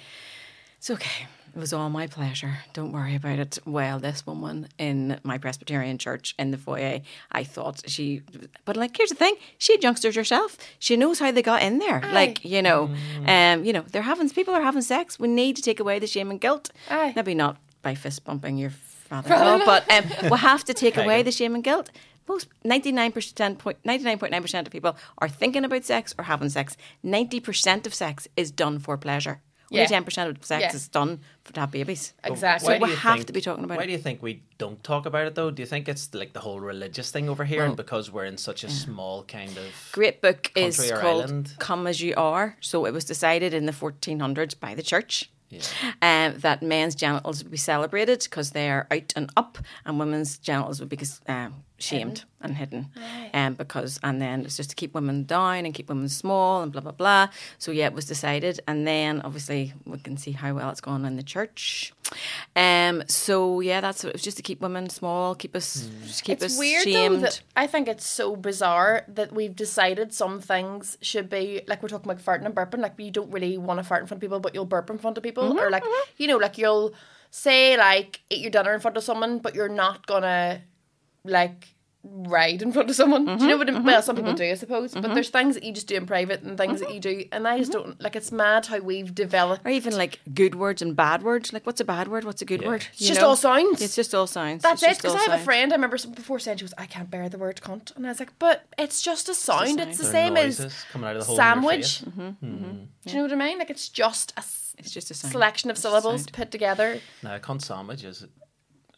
Speaker 3: it's okay. It was all my pleasure. Don't worry about it. Well, this woman in my Presbyterian church in the foyer, I thought she, but like, here's the thing: she had youngsters herself. She knows how they got in there. Like, you know, um, you know, they're having people are having sex. We need to take away the shame and guilt.
Speaker 2: Aye.
Speaker 3: Maybe not by fist bumping your father-in-law, but um, we have to take away the shame and guilt. Most 99% point, 99.9% of people are thinking about sex or having sex. 90% of sex is done for pleasure.
Speaker 2: Yeah.
Speaker 3: Only 10% of sex
Speaker 2: Yeah.
Speaker 3: is done for to have babies.
Speaker 2: Exactly.
Speaker 1: Why
Speaker 3: So
Speaker 1: do
Speaker 3: we
Speaker 1: you
Speaker 3: have
Speaker 1: think-
Speaker 3: to be talking about
Speaker 1: Why
Speaker 3: it.
Speaker 1: do you think we don't talk about it though? Do you think it's like the whole religious thing over here, and because we're in such a small kind of
Speaker 3: Great book is
Speaker 1: Country or
Speaker 3: called
Speaker 1: island?
Speaker 3: Come As You Are. So it was decided in the 1400s by the church. Um, that men's genitals would be celebrated because they are out and up, and women's genitals would be um, shamed and hidden, um, because and then it's just to keep women down and keep women small and blah blah blah. So yeah, it was decided, and then obviously we can see how well it's gone in the church. Um, so yeah, that's it was just to keep women small, keep us,
Speaker 1: Hmm.
Speaker 3: just keep
Speaker 2: It's
Speaker 3: us
Speaker 2: weird
Speaker 3: shamed.
Speaker 2: though. That I think it's so bizarre that we've decided some things should be like we're talking about farting and burping. Like you don't really want to fart in front of people, but you'll burp in front of people, or like you know, like you'll say like eat your dinner in front of someone, but you're not gonna like ride in front of someone. Do you know what? I mean? Well, some people do, I suppose. But there's things that you just do in private and things that you do, and I just don't like. It's mad how we've developed.
Speaker 3: or even like good words and bad words. Like, what's a bad word? What's a good word?
Speaker 2: It's just all sounds.
Speaker 3: It's just all sounds.
Speaker 2: That's it,
Speaker 3: It's just
Speaker 2: because
Speaker 3: all
Speaker 2: I have a
Speaker 3: sounds.
Speaker 2: friend. I remember some before saying she was, I can't bear the word cunt, and I was like, but it's just a sound. It's, the
Speaker 1: They're
Speaker 2: same as
Speaker 1: noises coming out of the hole in your face.
Speaker 2: sandwich.
Speaker 1: Hmm.
Speaker 2: Do you know what I mean? Like it's just a s-
Speaker 3: It's just a sound.
Speaker 2: selection of
Speaker 3: It's a
Speaker 2: syllables
Speaker 3: sound.
Speaker 2: put together.
Speaker 1: No, con sandwich is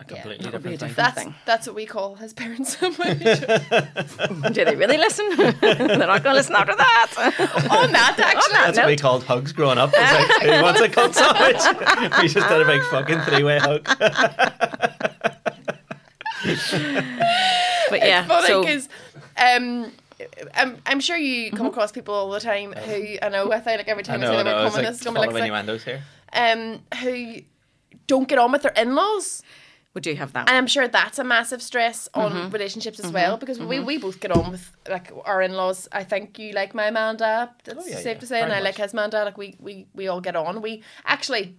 Speaker 1: a completely
Speaker 3: that would be
Speaker 1: different thing.
Speaker 3: different.
Speaker 2: That's
Speaker 3: thing.
Speaker 2: that's what we call his parents. sandwich.
Speaker 3: Do they really listen? They're not going to listen after that.
Speaker 2: On that, actually,
Speaker 1: That's what we called hugs growing up. It's like, who wants a con sandwich? we just did a big fucking three-way hug.
Speaker 3: But yeah,
Speaker 2: funny
Speaker 3: so
Speaker 2: because um, I'm, I'm sure you come across people all the time who I know. I think like every
Speaker 1: Oh. I
Speaker 2: time I,
Speaker 1: know, I
Speaker 2: say the
Speaker 1: know.
Speaker 2: word
Speaker 1: It's like
Speaker 2: communist, it's gonna be
Speaker 1: following
Speaker 2: like,
Speaker 1: innuendos here.
Speaker 2: um, who don't get on with their in-laws.
Speaker 3: we do have
Speaker 2: And
Speaker 3: that.
Speaker 2: I'm sure that's a massive stress on relationships as well because we, we both get on with like our in laws. I think you like my man dad. That's
Speaker 1: Oh, yeah,
Speaker 2: safe
Speaker 1: yeah,
Speaker 2: to say, and
Speaker 1: very
Speaker 2: I like
Speaker 1: much.
Speaker 2: his man dad. Like we, we we all get on. We actually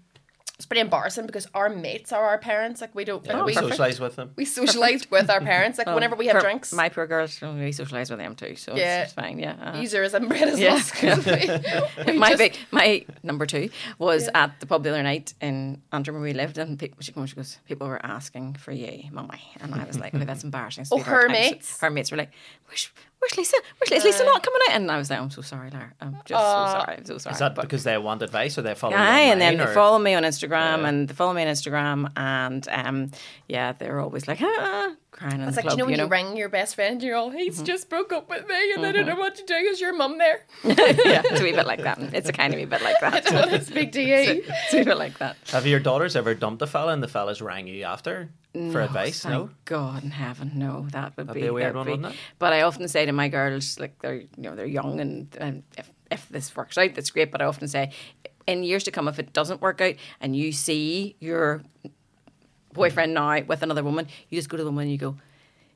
Speaker 2: it's pretty embarrassing because our mates are our parents. Like we don't like,
Speaker 1: Yeah, we
Speaker 2: we
Speaker 3: oh,
Speaker 1: socialise with them.
Speaker 2: we socialized with our parents. Like whenever we have
Speaker 3: For
Speaker 2: drinks,
Speaker 3: Oh, my poor girls, we socialise with them too, so
Speaker 2: Yeah.
Speaker 3: it's, it's fine. Yeah, uh-huh.
Speaker 2: user is inbred as
Speaker 3: Yeah.
Speaker 2: lost. we, we
Speaker 3: my
Speaker 2: just-
Speaker 3: big, my number two was at the pub the other night in Antrim where we lived, and people, she, comes, she goes, people were asking for you, mummy, and I was like, okay, that's embarrassing.
Speaker 2: Oh, her
Speaker 3: sweetheart." I'm so-
Speaker 2: mates? Uh,
Speaker 3: her mates were like, where's, where's Lisa? Where's Lisa? Is Lisa not coming out? And I was like, I'm so sorry, Lara. I'm just so sorry. I'm so sorry.
Speaker 1: Is that
Speaker 3: But-
Speaker 1: because they want advice or they follow? you
Speaker 3: Aye, and then
Speaker 1: online,
Speaker 3: they
Speaker 1: or-
Speaker 3: follow me on Instagram, and they follow me on Instagram, and um, yeah, they're always like, ah, crying in
Speaker 2: It's
Speaker 3: the
Speaker 2: like you
Speaker 3: club,
Speaker 2: know when you, ring your best friend, and you're all, "He's just broke up with me, and I don't know what to do." Is your mum there?
Speaker 3: yeah, it's a wee bit like that. It's a kind of wee bit like that.
Speaker 2: I don't want to speak to you.
Speaker 3: It's a wee bit like that.
Speaker 1: Have your daughters ever dumped a fella and the fella's rang you after for advice?
Speaker 3: Thank
Speaker 1: No.
Speaker 3: God in heaven, no, that would
Speaker 1: be a weird
Speaker 3: that would
Speaker 1: one,
Speaker 3: be-
Speaker 1: wouldn't it?
Speaker 3: But I often say to my girls, like they're you know they're young, and, and if if this works out, that's great. But I often say, in years to come, if it doesn't work out, and you see your boyfriend now with another woman, you just go to the woman and you go.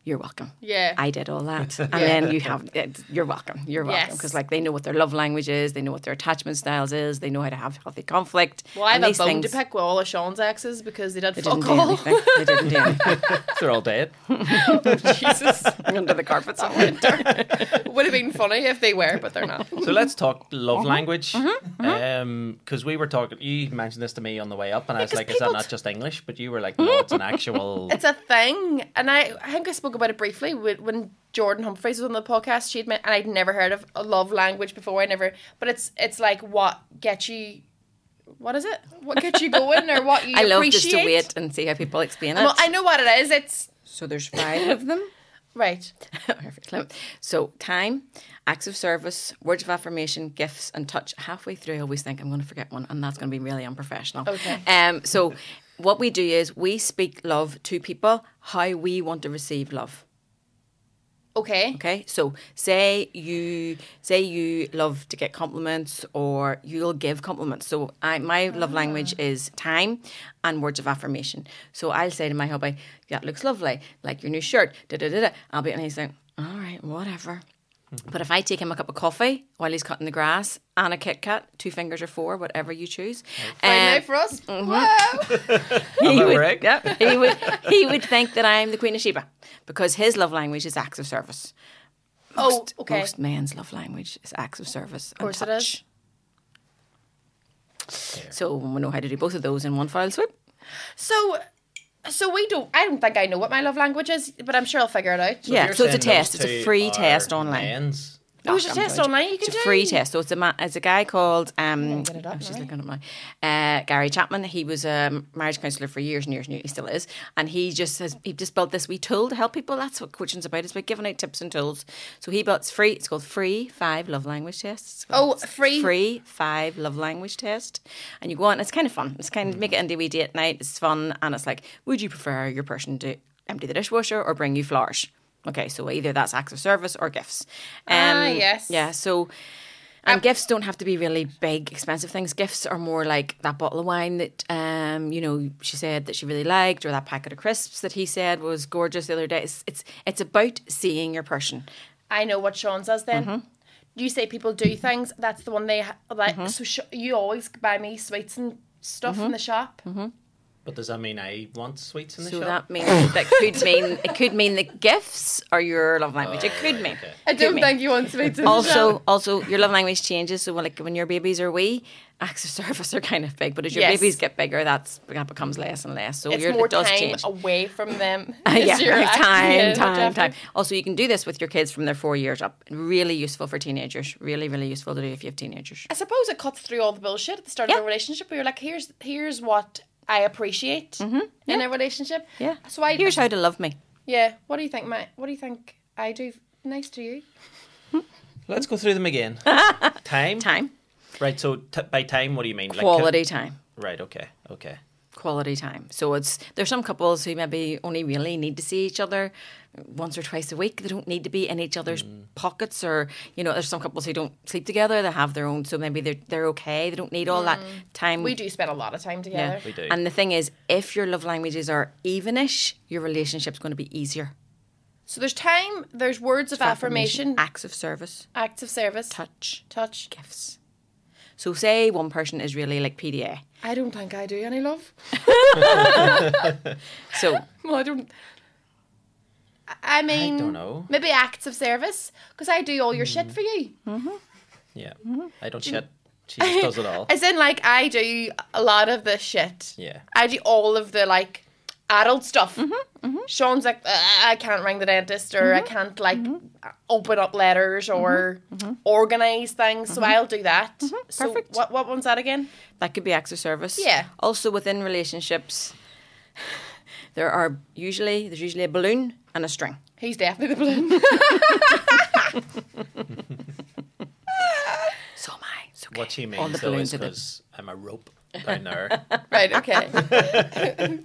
Speaker 3: You're welcome.
Speaker 2: Yeah.
Speaker 3: I did all that, and then you have. It, you're welcome. You're welcome
Speaker 2: Yes.
Speaker 3: because, like, they know what their love language is. They know what their attachment styles is. They know how to have healthy conflict.
Speaker 2: Well, I have
Speaker 3: and
Speaker 2: a
Speaker 3: these
Speaker 2: bone
Speaker 3: things,
Speaker 2: to pick with all of Sean's exes because they did
Speaker 3: They
Speaker 2: fuck
Speaker 3: didn't do
Speaker 2: all.
Speaker 3: anything. They didn't do anything
Speaker 1: They're all dead.
Speaker 2: Jesus,
Speaker 3: under the carpet somewhere.
Speaker 2: would have been funny if they were, but they're not.
Speaker 1: So let's talk love
Speaker 3: Uh-huh.
Speaker 1: language. Because we were talking, you mentioned this to me on the way up, and I was
Speaker 2: 'cause
Speaker 1: like, is that
Speaker 2: people-
Speaker 1: not just English? But you were like, no, it's an actual.
Speaker 2: It's a thing, and I, I think I spoke about it briefly wh- when Jordan Humphreys was on the podcast. She had met, and I'd never heard of a love language before. I never, but it's it's like what gets you, what is it? What gets you going, or what you
Speaker 3: I love
Speaker 2: appreciate?
Speaker 3: just to wait and see how people explain it.
Speaker 2: Well, I know what it is. It's
Speaker 3: so there's five of them.
Speaker 2: right.
Speaker 3: Oh, so time, acts of service, words of affirmation, gifts, and touch. Halfway through, I always think I'm going to forget one, and that's going to be really unprofessional.
Speaker 2: Okay.
Speaker 3: Um. So what we do is we speak love to people how we want to receive love.
Speaker 2: Okay.
Speaker 3: Okay, so say you say you love to get compliments, or you'll give compliments. So I, my love language is time and words of affirmation. So I'll say to my hubby, "That looks lovely, like your new shirt." Da da da da. I'll be and he's like, "All right, whatever." But if I take him a cup of coffee while he's cutting the grass and a Kit Kat, two fingers or four, whatever you choose,
Speaker 2: Right
Speaker 3: um,
Speaker 2: now for us. Wow.
Speaker 3: he
Speaker 1: that
Speaker 3: would,
Speaker 1: right?
Speaker 3: yeah, he would he would think that I am the Queen of Sheba because his love language is acts of service.
Speaker 2: Oh, okay.
Speaker 3: Most men's love language is acts of service. Of
Speaker 2: course it
Speaker 3: and touch. So we know how to do both of those in one file swoop.
Speaker 2: So, so we don't. I don't think I know what my love language is, but I'm sure I'll figure it out.
Speaker 3: yeah,
Speaker 1: You're
Speaker 3: so it's a
Speaker 1: saying those
Speaker 3: test. It's a
Speaker 1: two
Speaker 3: free
Speaker 1: are
Speaker 3: test online.
Speaker 1: men's.
Speaker 2: Oh, it's a
Speaker 3: Knock, I'm
Speaker 2: test
Speaker 3: good.
Speaker 2: online you
Speaker 3: It's
Speaker 2: can
Speaker 3: a free
Speaker 2: do?
Speaker 3: test. So it's a, ma- it's a guy called um,
Speaker 2: get it up
Speaker 3: oh, she's
Speaker 2: now.
Speaker 3: looking at my, uh, Gary Chapman. He was a marriage counsellor for years and years and years. He still is, and he just has he just built this wee tool to help people. That's what coaching's about. It's about giving out tips and tools. So he built it's free. It's called Free Five Love Language Tests.
Speaker 2: Oh, free-
Speaker 3: Free Five Love Language Test, and you go on. and It's kind of fun. It's
Speaker 2: Mm.
Speaker 3: kind of make it into a wee date night. It's fun, and it's like, would you prefer your person to empty the dishwasher or bring you flowers? Okay, so either that's acts of service or gifts. Um,
Speaker 2: Ah, yes.
Speaker 3: Yeah, so. And gifts don't have to be really big, expensive things. Gifts are more like that bottle of wine that, um, you know, she said that she really liked, or that packet of crisps that he said was gorgeous the other day. It's it's, it's about seeing your person.
Speaker 2: I know what Sean says then. You say people do things. That's the one they ha- like. So sh- you always buy me sweets and stuff in the shop.
Speaker 1: But does that mean I want sweets in the
Speaker 3: So
Speaker 1: shop?
Speaker 3: that means that could mean it could mean that gifts are your love language. it could mean.
Speaker 1: Oh, okay.
Speaker 2: I
Speaker 3: Could
Speaker 2: don't
Speaker 3: mean.
Speaker 2: think you want sweets in the shop.
Speaker 3: also also your love language changes. So like when your babies are wee, acts of service are kind of big. But as your
Speaker 2: Yes.
Speaker 3: babies get bigger, that's that becomes less and less. So
Speaker 2: it's
Speaker 3: your
Speaker 2: more
Speaker 3: it does
Speaker 2: time
Speaker 3: change.
Speaker 2: away from them.
Speaker 3: yeah,
Speaker 2: is your
Speaker 3: like
Speaker 2: actual
Speaker 3: time,
Speaker 2: end
Speaker 3: time,
Speaker 2: after.
Speaker 3: time. Also, you can do this with your kids from their four years up. Really useful for teenagers. Really, really useful to do if you have teenagers.
Speaker 2: I suppose it cuts through all the bullshit at the start
Speaker 3: Yeah.
Speaker 2: of a relationship. Where you're like, here's here's what I appreciate Mm-hmm. in a relationship.
Speaker 3: Yeah.
Speaker 2: So I
Speaker 3: Here's how to love me.
Speaker 2: yeah. What do you think, Matt? What do you think I do nice to you?
Speaker 1: Let's go through them again. time?
Speaker 3: Time,
Speaker 1: Right, so t- by time, what do you mean? Like, can-
Speaker 3: quality time.
Speaker 1: right, okay, okay.
Speaker 3: quality time. So it's there's some couples who maybe only really need to see each other once or twice a week. They don't need to be in each other's
Speaker 1: Mm.
Speaker 3: pockets or you know, there's some couples who don't sleep together, they have their own so maybe they're they're okay. They don't need all that time.
Speaker 2: Mm. We do spend a lot of time together.
Speaker 3: yeah.
Speaker 1: We do.
Speaker 3: And the thing is, if your love languages are evenish, your relationship's going to be easier.
Speaker 2: So there's time. There's words of affirmation,
Speaker 3: acts of service,
Speaker 2: acts of service,
Speaker 3: touch,
Speaker 2: touch.
Speaker 3: gifts. So say one person is really like PDA.
Speaker 2: I don't think I do any love.
Speaker 3: So
Speaker 2: Well, I don't. I- I mean,
Speaker 1: don't know. Hmm.
Speaker 2: Maybe acts of service because I do all your shit for you.
Speaker 1: Yeah.
Speaker 3: Mm-hmm.
Speaker 1: I
Speaker 3: Mm.
Speaker 1: don't shit. She just does it all.
Speaker 2: As in, like, I do a lot of the shit.
Speaker 1: Yeah.
Speaker 2: I do all of the, like, adult stuff.
Speaker 3: Mm-hmm,
Speaker 2: Sean's like, "Ugh, I can't ring the dentist or I
Speaker 3: Mm-hmm,
Speaker 2: can't, like, uh, open up letters or organize things. So I'll do that. So
Speaker 3: Mm-hmm, Perfect.
Speaker 2: what, what one's that again?
Speaker 3: That could be acts of service.
Speaker 2: Yeah.
Speaker 3: Also within relationships, there are usually there's usually a balloon and a string.
Speaker 2: He's definitely the balloon.
Speaker 3: So am I. It's okay.
Speaker 1: What she
Speaker 3: All the
Speaker 1: means, though, is
Speaker 3: balloons are the-
Speaker 1: because I'm a rope down there.
Speaker 2: right, okay.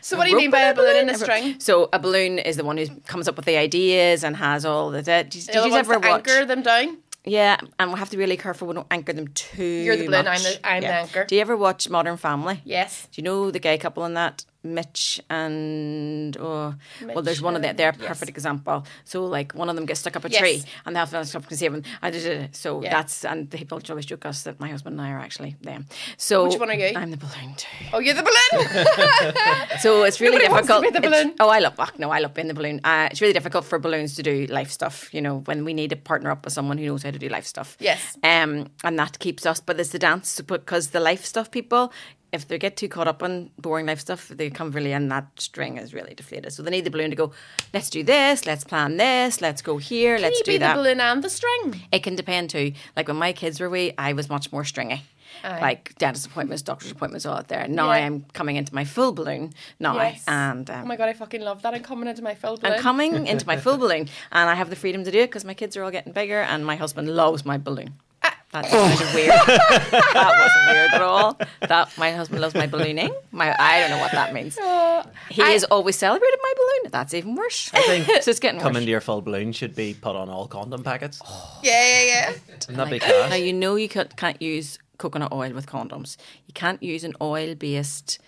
Speaker 2: so what do you mean by a balloon and a string?
Speaker 3: So a balloon is the one who comes up with the ideas and has all the. Did, did
Speaker 2: The other
Speaker 3: you
Speaker 2: one's
Speaker 3: ever
Speaker 2: to
Speaker 3: watch?
Speaker 2: anchor them down?
Speaker 3: Yeah, and we have to be really careful we don't anchor them too.
Speaker 2: You're the balloon, I'm
Speaker 3: much.
Speaker 2: the- I'm the
Speaker 3: Yeah.
Speaker 2: anchor.
Speaker 3: Do you ever watch Modern Family?
Speaker 2: Yes.
Speaker 3: Do you know the gay couple in that? Mitch and oh, well, there's one of them. They're a perfect example. So like one of them gets stuck up a
Speaker 2: Yes.
Speaker 3: tree, and the other one can save him. I did it. So
Speaker 2: Yeah.
Speaker 3: that's and people always joke us that my husband and I are actually them. So
Speaker 2: Which one are you?
Speaker 3: I'm the balloon too.
Speaker 2: Oh, you're the balloon?
Speaker 3: So it's really
Speaker 2: Nobody wants to
Speaker 3: difficult.
Speaker 2: be the
Speaker 3: It's-
Speaker 2: balloon.
Speaker 3: oh, I love. fuck, No, I love being the balloon. Uh, it's really difficult for balloons to do life stuff. You know, when we need to partner up with someone who knows how to do life stuff.
Speaker 2: Yes.
Speaker 3: Um, and that keeps us. But it's the dance because the life stuff people. If they get too caught up on boring life stuff, they come really, and that string is really deflated. So they need the balloon to go. Let's do this. Let's plan this. Let's go here.
Speaker 2: Can
Speaker 3: let's
Speaker 2: you
Speaker 3: do
Speaker 2: be
Speaker 3: that.
Speaker 2: the balloon and the string?
Speaker 3: It can depend too. Like when my kids were wee, I was much more stringy. Like dentist appointments, doctor's appointments, all out there. Now
Speaker 2: Yeah.
Speaker 3: I'm coming into my full balloon now,
Speaker 2: Yes.
Speaker 3: and um,
Speaker 2: Oh my god, I fucking love that. I'm coming into my full balloon.
Speaker 3: I'm coming into my full balloon, and I have the freedom to do it because my kids are all getting bigger, and my husband loves my balloon.
Speaker 2: Ah.
Speaker 3: That's kind of weird. that wasn't weird at all. That my husband loves my ballooning. My I don't know what that means.
Speaker 2: Oh,
Speaker 3: He is always celebrated my balloon. That's even worse. I
Speaker 1: think
Speaker 3: so. It's getting
Speaker 1: Come
Speaker 3: worse. Oh,
Speaker 1: into your full balloon should be put on all condom packets.
Speaker 2: yeah, yeah, yeah.
Speaker 1: Wouldn't that be
Speaker 3: Now
Speaker 1: class?
Speaker 3: you know you can't, can't use coconut oil with condoms. You can't use an oil-based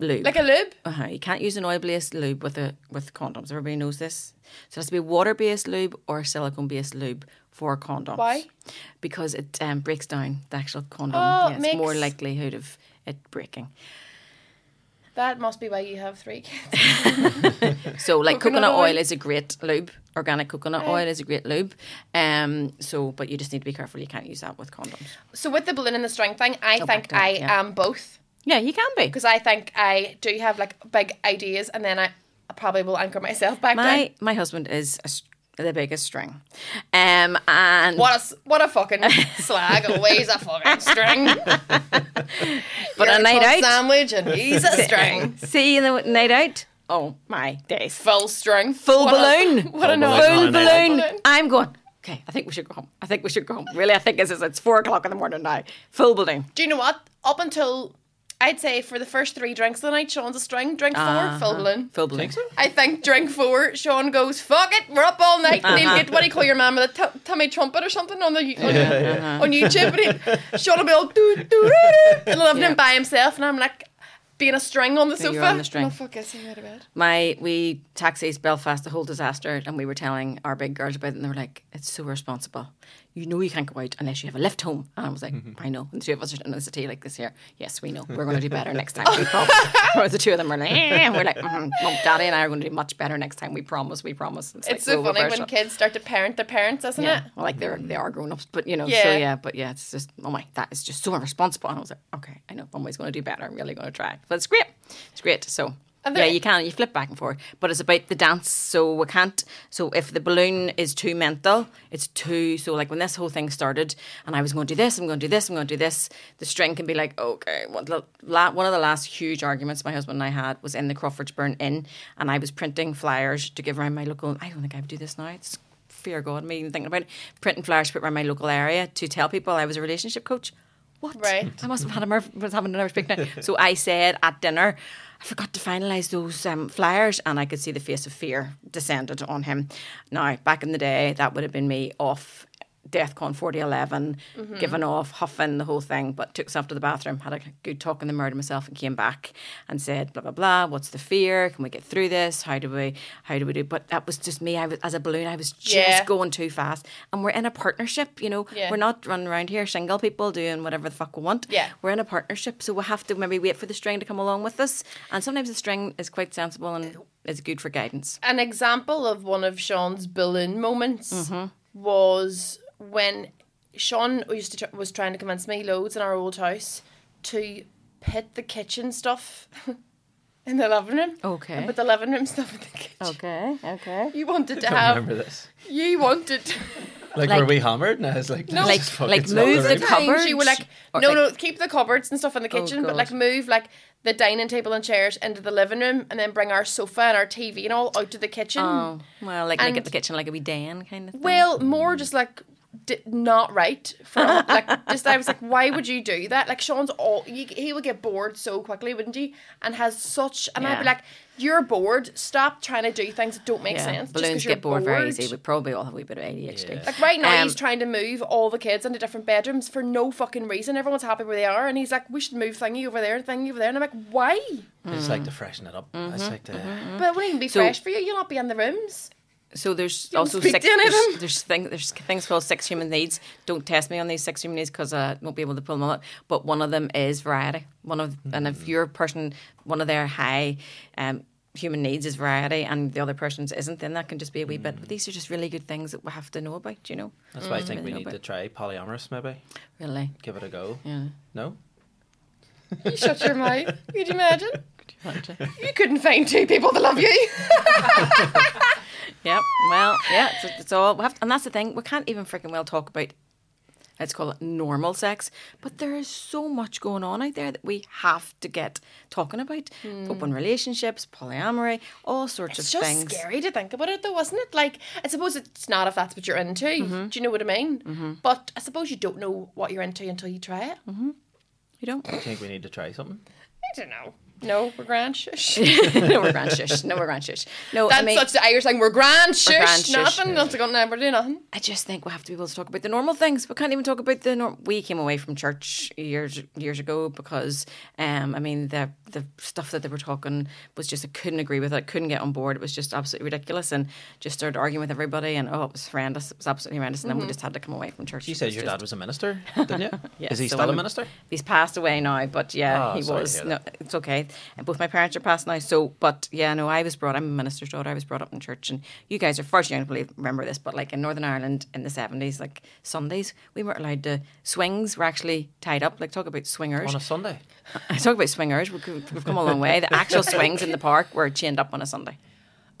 Speaker 3: lube.
Speaker 2: Like a lube.
Speaker 3: uh-huh. You can't use an oil-based lube with a with condoms. Everybody knows this. So it has to be a water-based lube or a silicone-based lube for condoms.
Speaker 2: Why?
Speaker 3: Because it um, breaks down the actual condom.
Speaker 2: Oh,
Speaker 3: yeah,
Speaker 2: it
Speaker 3: it's more
Speaker 2: makes-
Speaker 3: likelihood of it breaking.
Speaker 2: That must be why you have three kids.
Speaker 3: So like
Speaker 2: Coconut
Speaker 3: coconut, oil
Speaker 2: oil.
Speaker 3: is a great lube. Organic coconut oil is a great lube. Um. So, but you just need to be careful. You can't use that with condoms.
Speaker 2: So with the balloon and the string thing, I
Speaker 3: Oh,
Speaker 2: think
Speaker 3: back to it,
Speaker 2: I
Speaker 3: yeah.
Speaker 2: am both
Speaker 3: Yeah, you can be.
Speaker 2: because I think I do have like big ideas, and then I probably will anchor myself back down.
Speaker 3: My my husband is a, s- the biggest string, um, and
Speaker 2: What a s- what a fucking slag! Always a fucking string.
Speaker 3: but
Speaker 2: You're
Speaker 3: a night
Speaker 2: hot
Speaker 3: out,
Speaker 2: sandwich, and he's a string.
Speaker 3: see you in the w- night out. Oh my days!
Speaker 2: Full string.
Speaker 3: Full
Speaker 2: What a-
Speaker 3: balloon,
Speaker 2: what a
Speaker 1: Full
Speaker 2: night.
Speaker 1: balloon.
Speaker 3: full
Speaker 1: Full balloon.
Speaker 3: balloon. I'm going. Okay, I think we should go home. I think we should go home. Really, I think it's it's four o'clock in the morning now. Full balloon.
Speaker 2: Do you know what? Up until I'd say for the first three drinks of the night, Sean's a string. Drink 4
Speaker 3: Uh-huh.
Speaker 2: full blown.
Speaker 3: Full blown.
Speaker 1: Think so?
Speaker 2: I think drink four. Sean goes, "Fuck it, we're up all night." And
Speaker 3: Uh-huh.
Speaker 2: he'll get what do you call your man with a t- tummy trumpet or something on the on, on YouTube. And he, Sean will be all doo doo doo doo, and loving
Speaker 3: Yeah.
Speaker 2: him by himself. And I'm like being a string on the
Speaker 3: So
Speaker 2: sofa.
Speaker 3: you're on the string.
Speaker 2: No fuck, I see out of bed.
Speaker 3: My we taxis Belfast the whole disaster, and we were telling our big girls about it, and they were like, "It's so irresponsible. You know you can't go out unless you have a lift home." And I was like, "I know." And the two of us are in a city like this here. Yes, we know. We're going to do better next time. We promise. the two of them are like, eh, and we're like, mm, "Mum, Daddy, and I are going to do much better next time. We promise. We promise." like,
Speaker 2: It's so
Speaker 3: over
Speaker 2: funny
Speaker 3: our
Speaker 2: when
Speaker 3: shop.
Speaker 2: kids start to parent their parents, isn't
Speaker 3: Yeah,
Speaker 2: it?
Speaker 3: well, like they're they are grown ups, but you know, so
Speaker 2: Yeah.
Speaker 3: yeah, but yeah, it's just oh my, that is just so irresponsible. And I was like, okay, I know, Mumbai's going to do better. I'm really going to try, but it's great, it's great. So
Speaker 2: And
Speaker 3: yeah,
Speaker 2: there-
Speaker 3: you can you flip back and forth, but it's about the dance. So we can't. So if the balloon is too mental, it's too. So like when this whole thing started, and I was going to do this, I'm going to do this, I'm going to do this. The string can be like, okay, one, la- la- one of the last huge arguments my husband and I had was in the Crawfordsburn Inn, and I was printing flyers to give around my local. I don't think I would do this now. It's fear of God, me even thinking about it, printing flyers put around my local area to tell people I was a relationship coach. What?
Speaker 2: Right.
Speaker 3: I must have had a nerve, was having a nervous breakdown. so I said at dinner, I forgot to finalise those um, flyers, and I could see the face of fear descended on him. Now, back in the day, that would have been me off DeathCon 4011,
Speaker 2: Mm-hmm.
Speaker 3: giving off, huffing the whole thing, but took myself to the bathroom, had a good talk in the mirror to myself, and came back and said, blah blah blah. What's the fear? Can we get through this? How do we? How do we do? But that was just me. I was as a balloon. I was just
Speaker 2: Yeah.
Speaker 3: going too fast, and we're in a partnership. You know,
Speaker 2: Yeah.
Speaker 3: we're not running around here single people doing whatever the fuck we want
Speaker 2: Yeah.
Speaker 3: we're in a partnership, so we have to maybe wait for the string to come along with us. And sometimes the string is quite sensible and is good for guidance.
Speaker 2: an example of one of Sean's balloon moments
Speaker 3: Mm-hmm.
Speaker 2: was when Sean used to tr- was trying to convince me loads in our old house to pit the kitchen stuff in the living room.
Speaker 3: Okay. Oh.
Speaker 2: And put the living room stuff in the kitchen.
Speaker 3: Okay, okay.
Speaker 2: You wanted to
Speaker 1: I
Speaker 2: have.
Speaker 1: remember this.
Speaker 2: You wanted. To,
Speaker 1: Like,
Speaker 3: Like-
Speaker 1: were we hammered? And I was like, no.
Speaker 2: Like-
Speaker 3: like move the
Speaker 2: Sometimes You were
Speaker 3: cupboards?
Speaker 2: like,
Speaker 3: Or
Speaker 2: no,
Speaker 3: like- Oh,
Speaker 2: no, keep the cupboards and stuff in the kitchen, but
Speaker 3: God.
Speaker 2: like move like the dining table and chairs into the living room, and then bring our sofa and our TV and all out to the kitchen.
Speaker 3: Oh, well, like make
Speaker 2: And-
Speaker 3: it the kitchen like a wee Dan kind of thing.
Speaker 2: Well, more just like d- not right for like just I was like, why would you do that? Like Sean's all he, he would get bored so quickly, wouldn't he? And has such and I'd be
Speaker 3: Yeah.
Speaker 2: like, you're bored. Stop trying to do things that don't make sense. just 'cause
Speaker 3: Balloons
Speaker 2: you're
Speaker 3: get bored, very easy. We probably all have a wee bit of ADHD.
Speaker 1: Yeah.
Speaker 2: Like right now,
Speaker 3: Um,
Speaker 2: he's trying to move all the kids into different bedrooms for no fucking reason. Everyone's happy where they are, and he's like, "We should move thingy over there, thingy over there." And I'm like, "Why?"
Speaker 1: I just like to freshen it up. I
Speaker 3: Mm-hmm.
Speaker 1: just like to.
Speaker 3: Mm.
Speaker 2: But it wouldn't even be fresh for you. You'll not be in the rooms.
Speaker 3: So there's also
Speaker 2: speak
Speaker 3: six,
Speaker 2: to any of
Speaker 3: there's,
Speaker 2: them.
Speaker 3: there's things there's things called six human needs. Don't test me on these six human needs because I won't be able to pull them up. But one of them is variety. One of and
Speaker 1: Mm.
Speaker 3: if your person one of their high um, human needs is variety and the other person's isn't, then that can just be a wee bit. But these are just really good things that we have to know about. You know,
Speaker 1: Mm. That's why I think we
Speaker 3: Mm-hmm. Little
Speaker 1: need
Speaker 3: bit.
Speaker 1: to try polyamorous, maybe.
Speaker 3: really.
Speaker 1: Give it a go.
Speaker 3: Yeah.
Speaker 1: No?
Speaker 2: You shut your mouth. Could you imagine? You couldn't find two people to love you.
Speaker 3: Yeah. Well, yeah. It's, it's all we have, and that's the thing. We can't even freaking well talk about. Let's call it normal sex, but there is so much going on out there that we have to get talking about. Open relationships, polyamory, all sorts
Speaker 2: Hmm. It's
Speaker 3: of
Speaker 2: just
Speaker 3: things.
Speaker 2: scary to think about it, though, isn't it? Like, I suppose it's not if that's what you're into.
Speaker 3: Mm-hmm.
Speaker 2: Do you know what I mean? But I suppose you don't know what you're into until you try it.
Speaker 3: Mm-hmm. You don't.
Speaker 1: I think we need to try something.
Speaker 2: I don't know. No, we're grand shush.
Speaker 3: no, we're grand shush. No, we're grand shush. No,
Speaker 2: That's
Speaker 3: I mean,
Speaker 2: such the Irish thing. We're grand shush.
Speaker 3: grand shush.
Speaker 2: nothing. Nothing. gonna Never do nothing.
Speaker 3: I just think we have to be able to talk about the normal things. We can't even talk about the norm. We came away from church years years ago because, um, I mean, the the stuff that they were talking was just I couldn't agree with it. Couldn't get on board. It was just absolutely ridiculous, and just started arguing with everybody. And oh, it was horrendous. It was absolutely horrendous. And then we just had to come away from church.
Speaker 1: Mm-hmm. You said your dad was a minister, didn't you?
Speaker 3: Yeah,
Speaker 1: Is he
Speaker 3: so
Speaker 1: still a
Speaker 3: I'm-
Speaker 1: minister?
Speaker 3: He's passed away now, but yeah,
Speaker 1: Oh,
Speaker 3: he
Speaker 1: sorry to
Speaker 3: was.
Speaker 1: hear
Speaker 3: No, it's okay. And both my parents are passed now, so but yeah, no, I was brought. I'm a minister's daughter. I was brought up in church, and you guys are first young to believe remember this, but like in Northern Ireland in the seventies, like Sundays, we weren't allowed to swings were actually tied up. Like talk about swingers.
Speaker 1: On a Sunday.
Speaker 3: I talk about swingers. We've, we've come a long way. The actual swings in the park were chained up on a Sunday.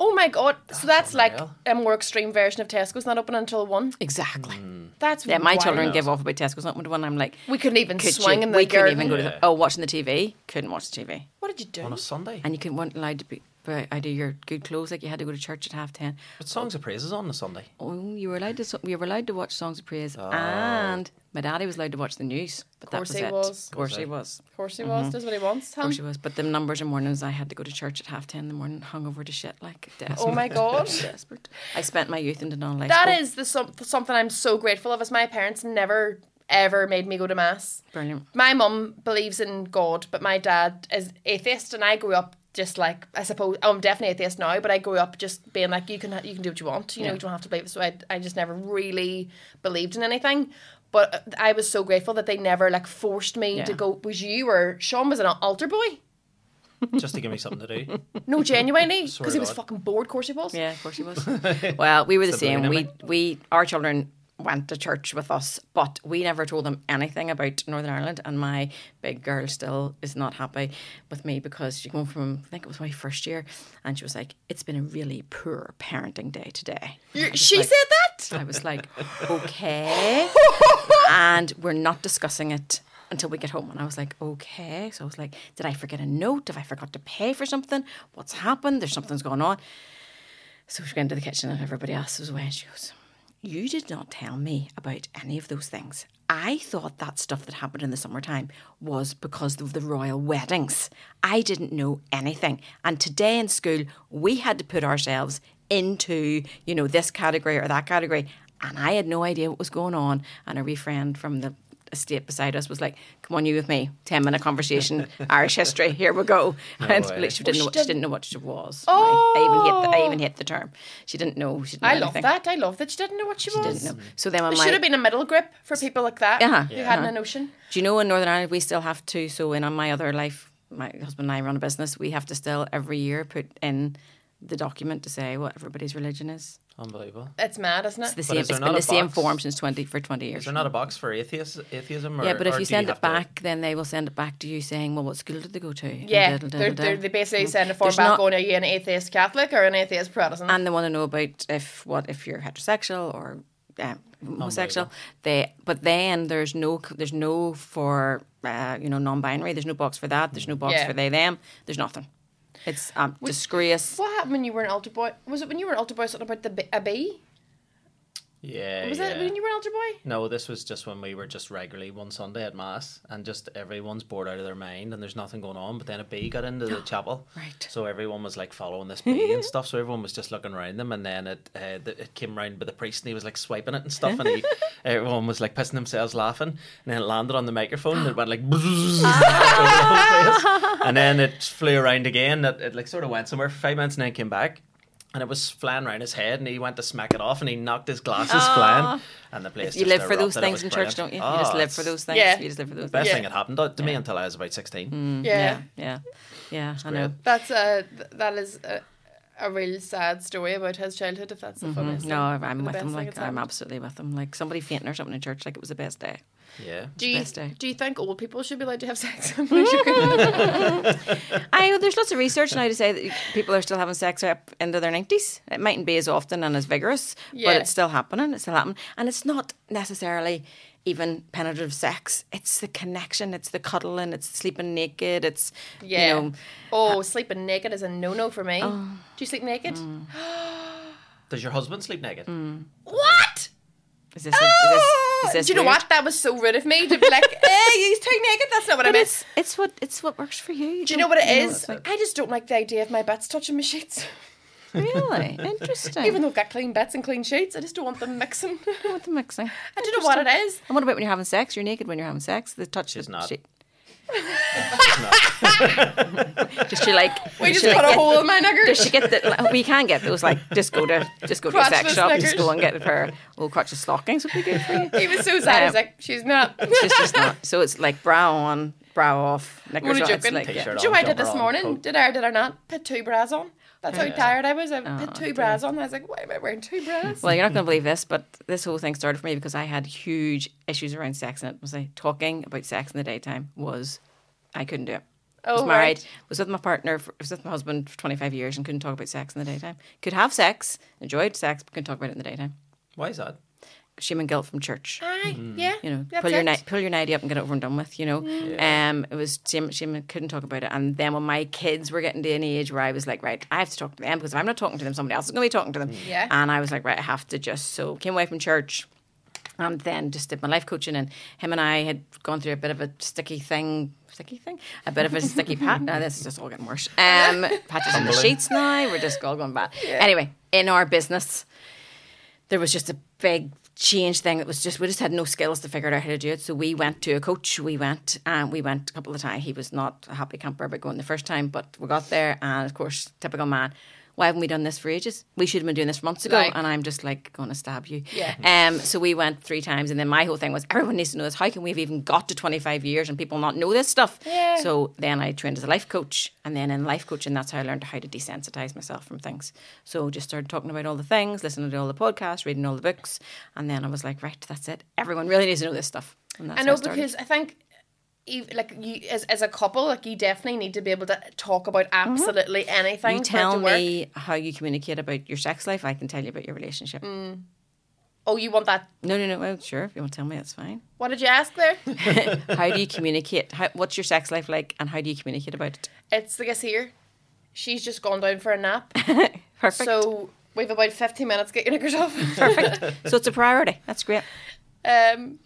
Speaker 2: Oh my god! so that's like
Speaker 1: unreal.
Speaker 2: a more extreme version of Tesco's not open until one.
Speaker 3: Exactly.
Speaker 1: Mm.
Speaker 2: That's
Speaker 3: Yeah, my
Speaker 2: wild.
Speaker 3: children give off about Tesco's. Not one. I'm like,
Speaker 2: We couldn't even
Speaker 3: could
Speaker 2: swing
Speaker 3: you?
Speaker 2: in the
Speaker 3: we couldn't
Speaker 2: garden.
Speaker 3: even go to
Speaker 1: Yeah.
Speaker 3: the. Oh, watching the TV. Couldn't watch the TV.
Speaker 2: What did you do?
Speaker 1: On a Sunday.
Speaker 3: and you can, weren't allowed to be. but I do your good clothes. Like you had to go to church at half ten.
Speaker 1: But Songs of Praise is on a Sunday.
Speaker 3: Oh, you were allowed to. so- We were allowed to watch songs of praise,
Speaker 2: Oh.
Speaker 3: and my daddy was allowed to watch the news. But
Speaker 2: course
Speaker 3: that was
Speaker 2: he
Speaker 3: it.
Speaker 2: was.
Speaker 3: Of course he was.
Speaker 2: Of course he was. Does what he wants.
Speaker 3: Mm-hmm. Of
Speaker 2: Tom.
Speaker 3: course he was. But the numbers of mornings I had to go to church at half ten in the morning, hungover to shit, like desperate.
Speaker 2: Oh my god.
Speaker 3: desperate. I spent my youth in the non-life.
Speaker 2: That is the som- something I'm so grateful of. Is my parents never ever made me go to mass.
Speaker 3: brilliant.
Speaker 2: My mum believes in God, but my dad is atheist, and I grew up just like I suppose oh, I'm definitely atheist now, but I grew up just being like you can you can do what you want, you know,
Speaker 3: Yeah.
Speaker 2: you don't have to believe. So I I just never really believed in anything. But uh, I was so grateful that they never like forced me to
Speaker 3: Yeah.
Speaker 2: go. Was you or Sean was an altar boy?
Speaker 1: Just to give me something to do.
Speaker 2: No, genuinely,
Speaker 1: Sorry
Speaker 2: because he was
Speaker 1: about it.
Speaker 2: fucking bored. Of course he was.
Speaker 3: Yeah, of course he was. well, we were the same. We
Speaker 1: Subliminal.
Speaker 3: we our children went to church with us, but we never told them anything about Northern Ireland. And my big girl still is not happy with me because she came from I think it was my first year, and she was like, "It's been a really poor parenting day today."
Speaker 2: You-
Speaker 3: I was
Speaker 2: she
Speaker 3: like-
Speaker 2: said that.
Speaker 3: I was like, "Okay," and we're not discussing it. Until we get home, and I was like, okay. So I was like, did I forget a note? Have I forgot to pay for something? What's happened? There's something's going on. So she went into the kitchen and everybody else was away. And she goes, You did not tell me about any of those things. I thought that stuff that happened in the summertime was because of the royal weddings. I didn't know anything. And today in school, we had to put ourselves into, you know, this category or that category. And I had no idea what was going on. And a wee friend from the estate beside us was like, Come on, you with me. 10 minute conversation, Irish history, here we go. and
Speaker 1: way.
Speaker 3: like, she, didn't know, what- she didn't know what she was.
Speaker 2: Oh.
Speaker 3: I even hate the, I even hate the term. She didn't know. She didn't
Speaker 2: I
Speaker 3: know
Speaker 2: love
Speaker 3: anything.
Speaker 2: that. I love that she didn't know what she,
Speaker 3: She
Speaker 2: was.
Speaker 3: didn't know. So then when
Speaker 2: There
Speaker 3: my,
Speaker 2: should have been a middle grip for people like that
Speaker 3: Yeah.
Speaker 2: who
Speaker 3: Yeah.
Speaker 2: hadn't a notion.
Speaker 3: do you know in Northern Ireland we still have to? So in my other life, my husband and I run a business. We have to still every year put in the document to say what everybody's religion is.
Speaker 1: Unbelievable.
Speaker 2: It's mad, isn't it?
Speaker 3: It's the same.
Speaker 1: is
Speaker 3: It's
Speaker 1: there
Speaker 3: been
Speaker 1: not
Speaker 3: the
Speaker 1: a
Speaker 3: same
Speaker 1: box?
Speaker 3: form since twenty for twenty years.
Speaker 1: Is there not a box for atheist, atheism? Or,
Speaker 3: yeah, but
Speaker 1: or
Speaker 3: if
Speaker 1: do
Speaker 3: you send
Speaker 1: have
Speaker 3: it
Speaker 1: to-
Speaker 3: back, then they will send it back to you saying, "Well, what school did they go to?" And
Speaker 2: yeah,
Speaker 3: diddle,
Speaker 2: they're,
Speaker 3: diddle,
Speaker 2: they're,
Speaker 3: diddle. Mm.
Speaker 2: they basically send a form
Speaker 3: There's
Speaker 2: back
Speaker 3: not-
Speaker 2: going, are you an atheist Catholic or an atheist Protestant?
Speaker 3: and they want to know about if what if you're heterosexual or um, homosexual. They but then there's no c- there's no for uh, you know non-binary. There's no box for that. There's no box
Speaker 2: Yeah.
Speaker 3: for they them. There's nothing. It's um, disgrace.
Speaker 2: what happened when you were an altar boy? Was it when you were an altar boy something about the b- a bee?
Speaker 1: Yeah.
Speaker 2: Was
Speaker 1: yeah.
Speaker 2: it when you were an altar boy?
Speaker 1: No, this was just when we were just regularly one Sunday at mass, and just everyone's bored out of their mind, and there's nothing going on. But then a bee got into the chapel,
Speaker 3: Right.
Speaker 1: So everyone was like following this bee and stuff. So everyone was just looking around them, and then it uh, th- it came round by the priest, and he was like swiping it and stuff, and he everyone was like pissing themselves laughing, and then it landed on the microphone, and it went like, over the whole place. and then it flew around again. It, it like sort of went somewhere for five minutes, and then came back. And it was flying around his head, and he went to smack it off, and he knocked his glasses flying. And the place
Speaker 3: You live for those things in church, don't you? you just live for those things.
Speaker 2: Yeah.
Speaker 3: You just live for those
Speaker 1: Ah, The best
Speaker 3: things.
Speaker 1: thing that happened to, to me until I was about 16.
Speaker 2: Yeah.
Speaker 3: Yeah, yeah, yeah. I know.
Speaker 1: great.
Speaker 2: That's a, th- that is a, a real sad story about his childhood, if that's the funniest
Speaker 3: Mm-hmm. No,
Speaker 2: thing.
Speaker 3: I'm
Speaker 2: The
Speaker 3: with
Speaker 2: best
Speaker 3: them.
Speaker 2: thing
Speaker 3: Like
Speaker 2: that's
Speaker 3: I'm
Speaker 2: happened.
Speaker 3: absolutely with them. Like somebody fainting or something in church. Like it was the best day.
Speaker 1: Yeah.
Speaker 2: Do you,
Speaker 3: best day.
Speaker 2: do you think old people should be allowed to have sex? Because
Speaker 3: I there's lots of research now to say that people are still having sex up into their nineties. It mightn't be as often and as vigorous,
Speaker 2: Yeah.
Speaker 3: but it's still happening. It's still happening, and it's not necessarily even penetrative sex. It's the connection. It's the cuddling. It's sleeping naked. It's
Speaker 2: Yeah.
Speaker 3: you know. Oh.
Speaker 2: oh, sleeping naked is a no no for me. Do you sleep naked?
Speaker 3: Mm.
Speaker 1: Does your husband sleep naked?
Speaker 2: What?
Speaker 3: Is this, is this, is
Speaker 2: Ah!
Speaker 3: this
Speaker 2: Do you know
Speaker 3: weird?
Speaker 2: what? That was so rude of me to be like, eh, he's too naked. That's not what I
Speaker 3: But
Speaker 2: meant.
Speaker 3: it's it's what it's what works for you.
Speaker 2: Do you know what it
Speaker 3: you
Speaker 2: is? I just don't like the idea of my beds touching my sheets.
Speaker 3: really interesting.
Speaker 2: Even though I've got clean beds and clean sheets, I just don't want them mixing.
Speaker 3: with the mixing.
Speaker 2: I don't know what it is.
Speaker 3: And what about when you're having sex? You're naked when you're having sex. The touch
Speaker 1: She's
Speaker 3: the,
Speaker 1: not.
Speaker 3: She, does she like?
Speaker 2: We just
Speaker 3: does she, like,
Speaker 2: cut a
Speaker 3: get-
Speaker 2: hole in my nigger.
Speaker 3: Does she get the? We can get those. Like, just go to just go to a
Speaker 2: Crotchless
Speaker 3: sex shop.
Speaker 2: knickers.
Speaker 3: Just go and get a pair of old crotchless stockings would be good for you.
Speaker 2: He was so sad. He's
Speaker 3: Yeah.
Speaker 2: like, she's not.
Speaker 3: It's just not. So it's like brow on, brow off,
Speaker 2: I'm
Speaker 3: knickers
Speaker 2: only
Speaker 3: on. It's
Speaker 2: joking.
Speaker 3: like,
Speaker 2: Do
Speaker 3: yeah.
Speaker 1: T-shirt
Speaker 2: you know what I did
Speaker 1: jumper
Speaker 2: this
Speaker 1: on,
Speaker 2: morning?
Speaker 1: coat.
Speaker 2: Did I or did I not? Put two bras on. That's how tired I was. I put two bras on. I was like, why am I wearing two bras?
Speaker 3: Oh, Well, you're not going to believe this, but this whole thing started for me because I had huge issues around sex, and it was like talking about sex in the daytime was I couldn't do it. I was
Speaker 2: Oh,
Speaker 3: married,
Speaker 2: right.
Speaker 3: was with my partner, for, was with my husband for 25 years, and couldn't talk about sex in the daytime. Could have sex, enjoyed sex, but couldn't talk about it in the daytime.
Speaker 1: Why is that?
Speaker 3: shame and guilt from church.
Speaker 2: Aye, yeah.
Speaker 3: mm-hmm. You know,
Speaker 2: that's
Speaker 3: pull your
Speaker 2: it.
Speaker 3: night, pull your nighty up and get it over and done with. You know, um, it was shame, shame, I couldn't talk about it. And then when my kids were getting to an age where I was like, right, I have to talk to them because if I'm not talking to them, somebody else is going to be talking to them.
Speaker 2: Mm. Yeah.
Speaker 3: And I was like, right, I have to just so came away from church. And then just did my life coaching, and him and I had gone through a bit of a sticky thing, sticky thing, a bit of a sticky patch. Now this is just all getting worse. Um, patches on the sheets now. We're just all going bad. Anyway, in our business, there was just a big change thing that was just we just had no skills to figure out how to do it. So we went to a coach. We went and we went a couple of times. He was not a happy camper about going the first time, but we got there and of course, typical man. Why haven't we done this for ages? We should have been doing this months ago.
Speaker 2: Like-
Speaker 3: and I'm just like gonna stab you.
Speaker 2: Yeah.
Speaker 3: Um. So we went three times, and then my whole thing was everyone needs to know this. How can we have even got to 25 years and people not know this stuff?
Speaker 2: Yeah.
Speaker 3: So then I trained as a life coach, and then in life coaching, that's how I learned how to desensitize myself from things. So just started talking about all the things, listening to all the podcasts, reading all the books, and then I was like, right, that's it. Everyone really needs to know this stuff. And that's
Speaker 2: I
Speaker 3: how
Speaker 2: know
Speaker 3: started.
Speaker 2: because I think, ev- like you as, as a couple, like you definitely need to be able to talk about absolutely anything.
Speaker 3: Mm-hmm. you
Speaker 2: for it to
Speaker 3: tell
Speaker 2: work. Mm.
Speaker 3: me how you communicate about your sex life, I can tell you about your relationship.
Speaker 2: Oh, you want that?
Speaker 3: No, no, no. Well, sure, if you want to tell me, that's fine.
Speaker 2: What did you ask there?
Speaker 3: how do you communicate? How, what's your sex life like, and how do you communicate about it?
Speaker 2: it's the guess here. She's just gone down for a nap.
Speaker 3: Perfect.
Speaker 2: so we've about fifteen minutes. Get your knickers off.
Speaker 3: Perfect. so it's a priority. That's great.
Speaker 2: Um,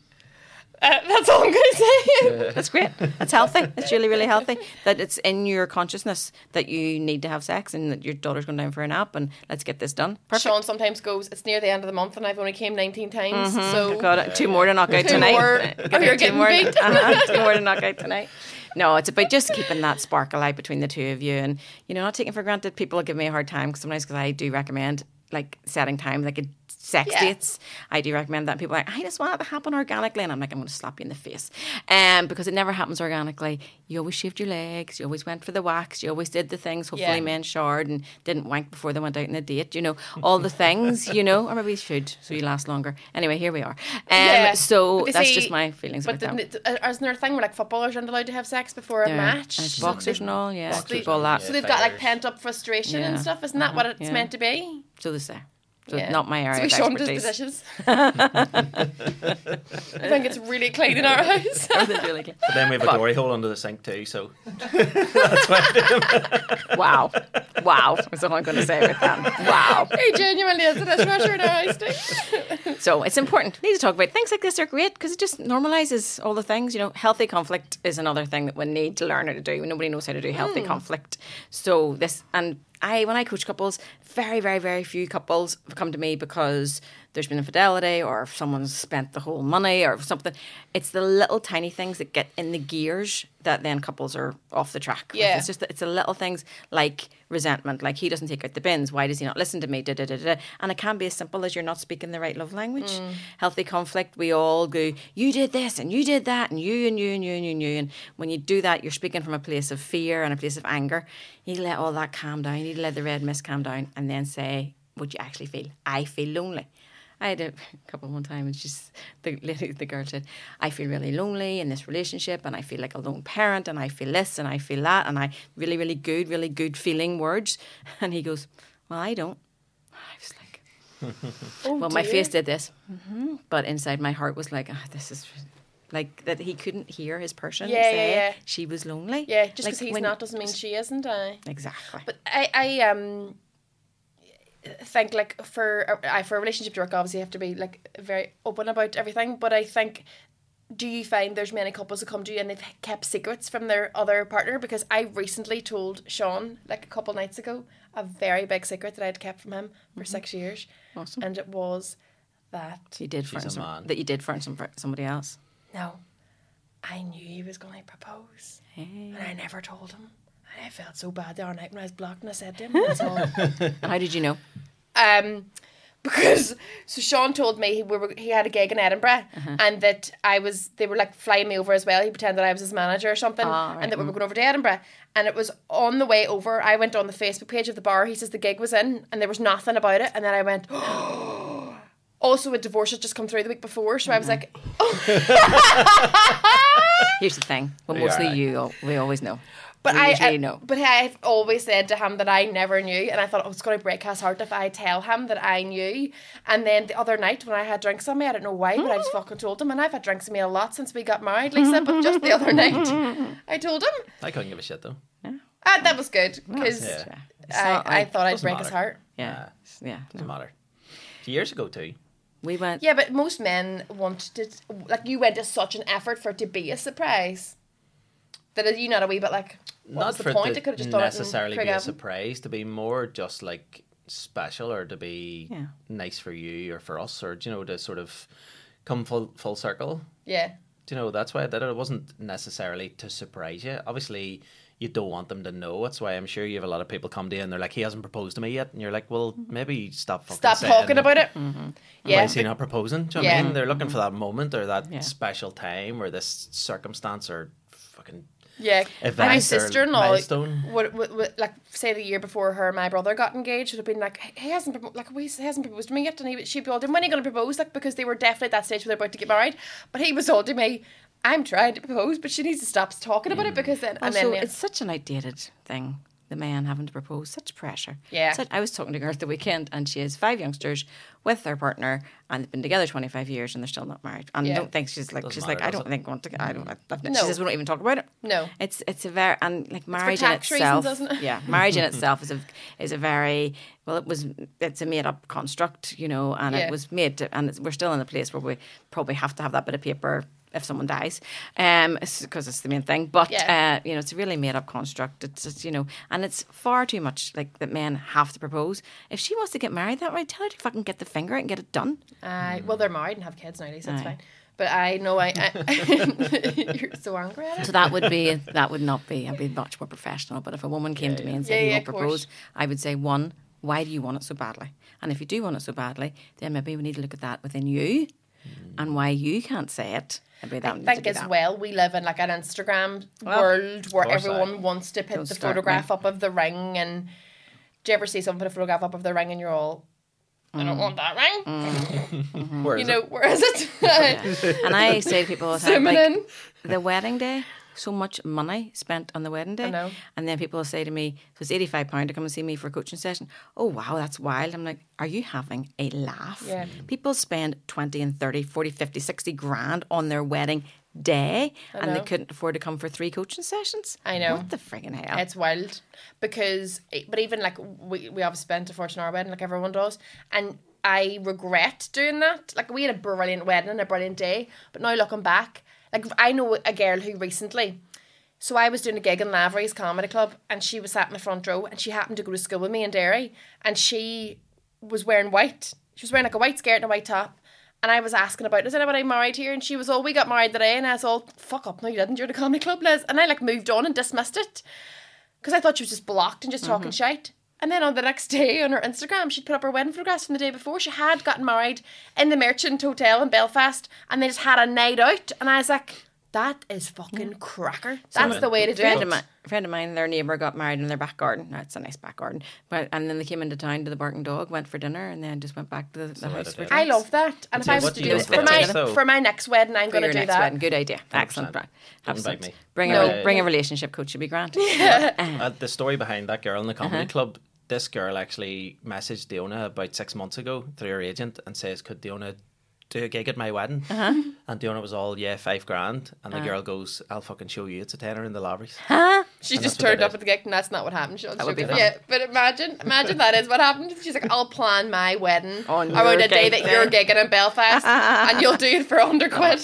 Speaker 2: uh, that's all I'm going to say.
Speaker 3: That's great. That's healthy. That's really, really healthy. That it's in your consciousness that you need to have sex and that your daughter's going down for a nap and let's get this done. Perfect.
Speaker 2: Sean sometimes goes, it's near the end of the month and I've only came 19 times.
Speaker 3: Mm-hmm.
Speaker 2: So,
Speaker 3: Got it. Two more to knock out
Speaker 2: Two
Speaker 3: tonight.
Speaker 2: more.
Speaker 3: Get
Speaker 2: Oh, you're
Speaker 3: two
Speaker 2: getting
Speaker 3: more.
Speaker 2: beat.
Speaker 3: Uh-huh. Two more to knock out tonight. No, it's about just keeping that spark alive between the two of you, and you know, not taking for granted. People give me a hard time 'cause sometimes because I do recommend like setting time, like a sex
Speaker 2: Yeah.
Speaker 3: dates. I do recommend that. People are like, I just want it to happen organically, and I'm like, I'm going to slap you in the face, um, because it never happens organically. You always shaved your legs. You always went for the wax. You always did the things. Hopefully,
Speaker 2: Yeah.
Speaker 3: men showered and didn't wank before they went out on a date. You know, all the things. You know, or maybe you should, so you last longer. Anyway, here we are. Um,
Speaker 2: Yeah.
Speaker 3: So
Speaker 2: But you
Speaker 3: that's
Speaker 2: see-
Speaker 3: just my feelings
Speaker 2: but
Speaker 3: about
Speaker 2: the,
Speaker 3: that.
Speaker 2: the- uh, isn't there a thing where like footballers aren't allowed to have sex before a
Speaker 3: Yeah.
Speaker 2: match?
Speaker 3: And it's
Speaker 2: So
Speaker 3: boxers and all, yeah.
Speaker 1: Boxers
Speaker 3: Keep all
Speaker 1: and-
Speaker 3: that.
Speaker 2: So
Speaker 3: So,
Speaker 1: yeah.
Speaker 2: they've got like
Speaker 1: Fighters.
Speaker 2: pent up frustration and
Speaker 3: Yeah. Uh-huh.
Speaker 2: stuff. Isn't that what it's
Speaker 3: Yeah.
Speaker 2: meant to be?
Speaker 3: there's that. So
Speaker 2: Yeah.
Speaker 3: not my area
Speaker 2: So we
Speaker 3: of
Speaker 2: show them to his
Speaker 3: expertise.
Speaker 2: positions. I think it's really clean in our house.
Speaker 1: But then we have a glory hole under the sink too, so
Speaker 3: wow, wow. That's all I'm going to say about that. Wow.
Speaker 2: he genuinely is a dishwasher in our house too.
Speaker 3: So it's important. We need to talk about things like this are great because it just normalizes all the things. You know, healthy conflict is another thing that we need to learn how to do. Nobody knows how to do healthy conflict. So this and I when I coach couples, very, very, very few couples have come to me because there's been infidelity or if someone's spent the whole money or something. It's the little tiny things that get in the gears that then couples are off the track. Like,
Speaker 2: Yeah.
Speaker 3: it's just that it's the little things like resentment, like he doesn't take out the bins. Why does he not listen to me? Da, da, da, da. da. And it can be as simple as you're not speaking the right love language. Healthy conflict, we all go, you did this and you did that and you and you and you and you and you. And when you do that, you're speaking from a place of fear and a place of anger. You need to let all that calm down. You need to let the red mist calm down and then say what you actually feel. I feel lonely. I had a couple one time, and she's the lady, the girl said, "I feel really lonely in this relationship, and I feel like a lone parent, and I feel this, and I feel that, and I really, really good, really good feeling words." And he goes, "Well, I don't." I was like,
Speaker 2: Oh
Speaker 3: "Well, my face did this, hmm but inside my heart was like, oh, this is." Like that, he couldn't hear his person
Speaker 2: Yeah, yeah,
Speaker 3: say
Speaker 2: yeah.
Speaker 3: she was lonely.
Speaker 2: Yeah, just
Speaker 3: Like,
Speaker 2: because he's
Speaker 3: when-
Speaker 2: not doesn't mean she isn't. I.
Speaker 3: exactly.
Speaker 2: But I, I um think like for I for a relationship to work, obviously you have to be like very open about everything. But I think, do you find there's many couples that come to you and they've kept secrets from their other partner? Because I recently told Sean like a couple nights ago a very big secret that I'd kept from him for six years,
Speaker 3: Awesome.
Speaker 2: and it was that
Speaker 3: you did for
Speaker 1: She's a
Speaker 3: some,
Speaker 1: man.
Speaker 3: that you did for some, somebody else.
Speaker 2: no, I knew he was going to propose. And I never told him. And I felt so bad the other night when I was blocked and I said to him, that's all.
Speaker 3: And how did you know?
Speaker 2: um, because so Sean told me he, we were, he had a gig in Edinburgh
Speaker 3: Uh-huh.
Speaker 2: and that I was they were like flying me over as well. He pretended I was his manager or something,
Speaker 3: Ah, right,
Speaker 2: and that we were going over to Edinburgh. And it was on the way over. I went on the Facebook page of the bar. He says the gig was in, and there was nothing about it. And then I went. Also, a divorce had just come through the week before, so I
Speaker 3: Mm-hmm.
Speaker 2: was like,
Speaker 3: Here's the thing. Well,
Speaker 1: Yeah,
Speaker 3: mostly
Speaker 1: right.
Speaker 3: you. al- We always know.
Speaker 2: But
Speaker 3: You
Speaker 2: I,
Speaker 3: usually
Speaker 2: I-
Speaker 3: know.
Speaker 2: But I've always said to him that I never knew, and I thought oh, it's going to break his heart if I tell him that I knew. And then the other night when I had drinks on me, I don't know why, but I
Speaker 1: Mm-hmm.
Speaker 2: just fucking told him. And I've had drinks on me a lot since we got married, Lisa. but just the other night, I told him.
Speaker 1: I couldn't give a shit though.
Speaker 2: Ah, that was good because
Speaker 1: Yeah.
Speaker 3: It's
Speaker 2: I,
Speaker 3: not
Speaker 2: I
Speaker 3: like-
Speaker 2: thought I'd
Speaker 1: Doesn't
Speaker 2: break his
Speaker 1: matter.
Speaker 2: heart.
Speaker 3: Yeah. Yeah.
Speaker 1: Doesn't matter. Years ago too.
Speaker 3: We went.
Speaker 2: Yeah, but most men wanted it. Like you went to such an effort for it to be a surprise that you know a wee bit like what
Speaker 1: Not
Speaker 2: was the
Speaker 1: for
Speaker 2: point?
Speaker 1: it
Speaker 2: I
Speaker 1: to
Speaker 2: could have just done
Speaker 3: mm,
Speaker 1: necessarily
Speaker 2: it in
Speaker 1: be a
Speaker 2: Craigavon.
Speaker 1: surprise. To be more just like special or to be
Speaker 3: Yeah.
Speaker 1: nice for you or for us or do you know to sort of come full full circle.
Speaker 2: Yeah,
Speaker 1: Do you know that's why I did it? It wasn't necessarily to surprise you. Obviously, you don't want them to know. That's why I'm sure you have a lot of people come to you and they're like, "He hasn't proposed to me yet," and you're like, "Well, maybe stop fucking
Speaker 2: Mm-hmm. stop
Speaker 1: saying, Mm-hmm.
Speaker 2: talking about it.
Speaker 1: Why
Speaker 2: Yeah,
Speaker 1: is he not proposing? Do you know
Speaker 2: Yeah.
Speaker 1: what I mean? They're looking for that moment or that
Speaker 3: Yeah.
Speaker 1: special time or this circumstance or fucking
Speaker 2: Yeah, and my
Speaker 1: Event or
Speaker 2: sister-in-law
Speaker 1: milestone.
Speaker 2: would, would, would like say the year before her and my brother got engaged would have been like he hasn't propo- like we he hasn't proposed to me yet, and he, she'd be all, "Then when are you going to propose?" Like because they were definitely at that stage where they're about to get married, but he was all to me. I'm trying to propose, but she needs to stop talking about it because then and
Speaker 3: also,
Speaker 2: then
Speaker 3: it's such an outdated thing. The man having to propose, such pressure.
Speaker 2: Yeah.
Speaker 3: Such- I was talking to a girl the weekend, and she has five youngsters with their partner, and they've been together twenty five years, and they're still not married. And
Speaker 2: Yeah.
Speaker 3: I don't think she's like she's like
Speaker 1: matter,
Speaker 3: I
Speaker 1: does
Speaker 3: don't think I want to. get- I don't. I, I've,
Speaker 2: No.
Speaker 3: She says we don't even talk about it.
Speaker 2: No.
Speaker 3: It's it's a very and like marriage in
Speaker 2: tax reasons,
Speaker 3: itself.
Speaker 2: isn't it?
Speaker 3: Yeah, marriage in itself is a is a very well. It was it's a made up construct, you know, and
Speaker 2: Yeah.
Speaker 3: it was made, to, and it's, we're still in a place where we probably have to have that bit of paper if someone dies, um, because it's, the main thing. But
Speaker 2: Yeah.
Speaker 3: uh, you know, it's a really made up construct. It's just, you know, and it's far too much like that men have to propose. If she wants to get married that way, tell her to fucking get the finger out and get it done.
Speaker 2: I well, they're married and have kids now, Lisa. It's
Speaker 3: Aye.
Speaker 2: fine. But I know I, I you're so angry at
Speaker 3: So
Speaker 2: it.
Speaker 3: that would be that would not be. I'd be much more professional. But if a woman came to me and said,
Speaker 2: Yeah,
Speaker 3: "You
Speaker 2: yeah,
Speaker 3: won't
Speaker 2: of course.
Speaker 3: propose," I would say, one, why do you want it so badly? And if you do want it so badly, then maybe we need to look at that within you, and why you can't say it. Maybe that
Speaker 2: I
Speaker 3: we need to
Speaker 2: think
Speaker 3: do
Speaker 2: as
Speaker 3: that.
Speaker 2: well we live in like an Instagram world where
Speaker 1: course I-
Speaker 2: everyone wants to put
Speaker 3: Don't
Speaker 2: the
Speaker 3: start
Speaker 2: photograph up of the ring and do you ever see someone put a photograph up of the ring and you're all I
Speaker 3: Mm.
Speaker 2: don't want that ring.
Speaker 1: Where
Speaker 2: You
Speaker 1: is
Speaker 2: know,
Speaker 1: it?
Speaker 2: where is it?
Speaker 3: And I say to people all the time,
Speaker 2: Zooming
Speaker 3: like,
Speaker 2: in.
Speaker 3: the wedding day, so much money spent on the wedding day.
Speaker 2: know.
Speaker 3: And then people will say to me, so it's £85 to come and see me for a coaching session. Oh, wow, that's wild. I'm like, are you having a laugh?
Speaker 2: Yeah.
Speaker 3: People spend 20 and 30, 40, 50, 60 grand on their wedding day and they
Speaker 2: know.
Speaker 3: couldn't afford to come for three coaching sessions.
Speaker 2: I know.
Speaker 3: What the friggin' hell?
Speaker 2: It's wild because, eh, but even like we we have spent a fortune on our wedding, like everyone does, and I regret doing that. Like we had a brilliant wedding and a brilliant day, but now looking back, like I know a girl who recently. So I was doing a gig in Lavery's Comedy Club, and she was sat in the front row, and she happened to go to school with me in Derry, and she was wearing white. She was wearing like a white skirt and a white top. And I was asking about, is anybody married here? And she was all, we got married today. And I was all, fuck up, no, you didn't. You're in a comedy club, Les. And I like moved on and dismissed it because I thought she was just blocked and just talking
Speaker 3: Mm-hmm.
Speaker 2: shite. And then on the next day on her Instagram, she'd put up her wedding photographs from the day before. She had gotten married in the Merchant Hotel in Belfast, and they just had a night out. And I was like, "That is fucking
Speaker 3: Mm.
Speaker 2: cracker. That's
Speaker 1: then-
Speaker 2: the way to do
Speaker 3: friend of
Speaker 2: it."
Speaker 3: mine, friend of mine, their neighbour got married in their back garden. Now, it's a nice back garden, but and then they came into town to the Barking Dog, went for dinner, and then just went back to the, the house.
Speaker 1: did
Speaker 3: for
Speaker 1: it.
Speaker 2: I
Speaker 3: drinks.
Speaker 2: love that, and if I was
Speaker 1: what
Speaker 2: to
Speaker 1: do you
Speaker 2: do it
Speaker 1: do
Speaker 2: for
Speaker 1: with
Speaker 2: my
Speaker 1: that, though?
Speaker 2: for my next wedding, I'm going
Speaker 3: for
Speaker 2: to
Speaker 3: your
Speaker 2: do
Speaker 3: next
Speaker 2: that.
Speaker 3: Wedding. Good idea. Excellent. Right.
Speaker 1: invite
Speaker 3: Excellent.
Speaker 1: me.
Speaker 3: Bring
Speaker 1: No.
Speaker 3: a
Speaker 1: Yeah, yeah,
Speaker 3: bring
Speaker 1: yeah.
Speaker 3: a relationship coach would be grand.
Speaker 1: Uh, the story behind that girl in the comedy club. This girl actually messaged Diona about six months ago through her agent and says, "Could Diona do a gig at my wedding?" And Diona was all, "Yeah, five grand." And the girl goes, "I'll fucking show you. It's a tenner in the Laveries."
Speaker 2: She just
Speaker 1: that's what
Speaker 2: turned
Speaker 1: they
Speaker 2: up
Speaker 1: did.
Speaker 2: at the gig, and that's not what happened. She
Speaker 3: would be fun.
Speaker 2: yeah, but imagine, imagine that is what happened. She's like, "I'll plan my wedding
Speaker 3: On
Speaker 2: around
Speaker 3: your
Speaker 2: a day
Speaker 3: gig
Speaker 2: that you're gigging in Belfast, and you'll do it for under quid."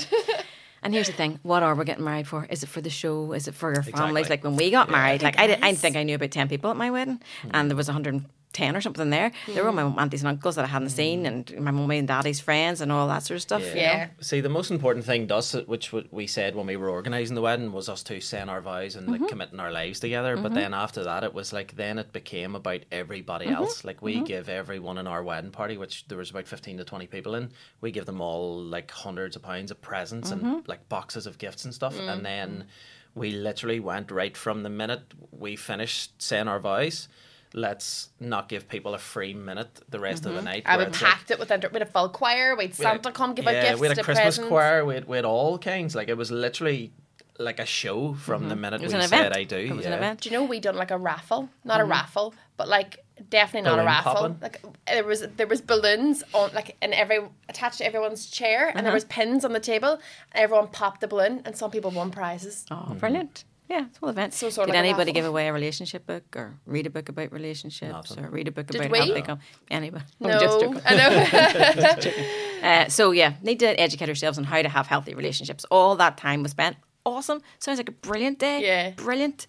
Speaker 3: and here's the thing: what are we getting married for? Is it for the show? Is it for your families?
Speaker 1: Exactly.
Speaker 3: Like when we got married, like I did, I
Speaker 2: guys.
Speaker 3: think I knew about ten people at my wedding,
Speaker 2: Hmm.
Speaker 3: and there was 110 or something there. There were all my aunties and uncles that I hadn't seen, and my mummy and daddy's friends, and all that sort of stuff. you know?
Speaker 2: Hmm. Yeah.
Speaker 1: See, the most important thing to us, which w- we said when we were organising the wedding, was us two saying our vows and
Speaker 2: Mm-hmm.
Speaker 1: like committing our lives together. But then after that, it was like then it became about everybody
Speaker 2: Mm-hmm.
Speaker 1: else. Like we give everyone in our wedding party, which there was about fifteen to twenty people in, we give them all like hundreds of pounds of presents
Speaker 2: Mm-hmm.
Speaker 1: and like boxes of gifts and stuff, and then we literally went right from the minute we finished saying our vows. Let's not give people a free minute the rest of the night.
Speaker 2: Mm-hmm. I
Speaker 1: where
Speaker 2: would
Speaker 1: it's like-
Speaker 2: packed it with under, with a full choir. We'd
Speaker 1: we had-
Speaker 2: Santa come give out
Speaker 1: yeah,
Speaker 2: gifts.
Speaker 1: We had a
Speaker 2: to
Speaker 1: Christmas
Speaker 2: presents.
Speaker 1: choir. We had, we had all kinds. Like it was literally like a show from
Speaker 2: Mm-hmm.
Speaker 1: the minute
Speaker 3: It
Speaker 1: we
Speaker 3: was an
Speaker 1: said
Speaker 3: event.
Speaker 1: I do.
Speaker 3: It was
Speaker 1: yeah.
Speaker 3: an event.
Speaker 2: Do you know we done like a raffle? Not a raffle, but like definitely not
Speaker 1: Balloon
Speaker 2: a raffle.
Speaker 1: popping?
Speaker 2: Like there was there was balloons on like in every attached to everyone's chair, and there was pins on the table. And everyone popped the balloon, and some people won prizes.
Speaker 3: Oh, brilliant. Yeah, it's all events.
Speaker 2: Hmm. So sort of
Speaker 3: Did
Speaker 2: like a
Speaker 3: anybody give
Speaker 2: raffle.
Speaker 3: away a relationship book or read a book about relationships
Speaker 1: Nothing.
Speaker 3: or read a book
Speaker 2: Did
Speaker 3: about
Speaker 2: we?
Speaker 3: how they come? Anybody? I'm
Speaker 2: No,
Speaker 3: just joking.
Speaker 2: I know.
Speaker 3: Uh, so yeah, need to educate ourselves on how to have healthy relationships. All that time was spent. Awesome. Sounds like a brilliant day.
Speaker 2: Yeah.
Speaker 3: Brilliant.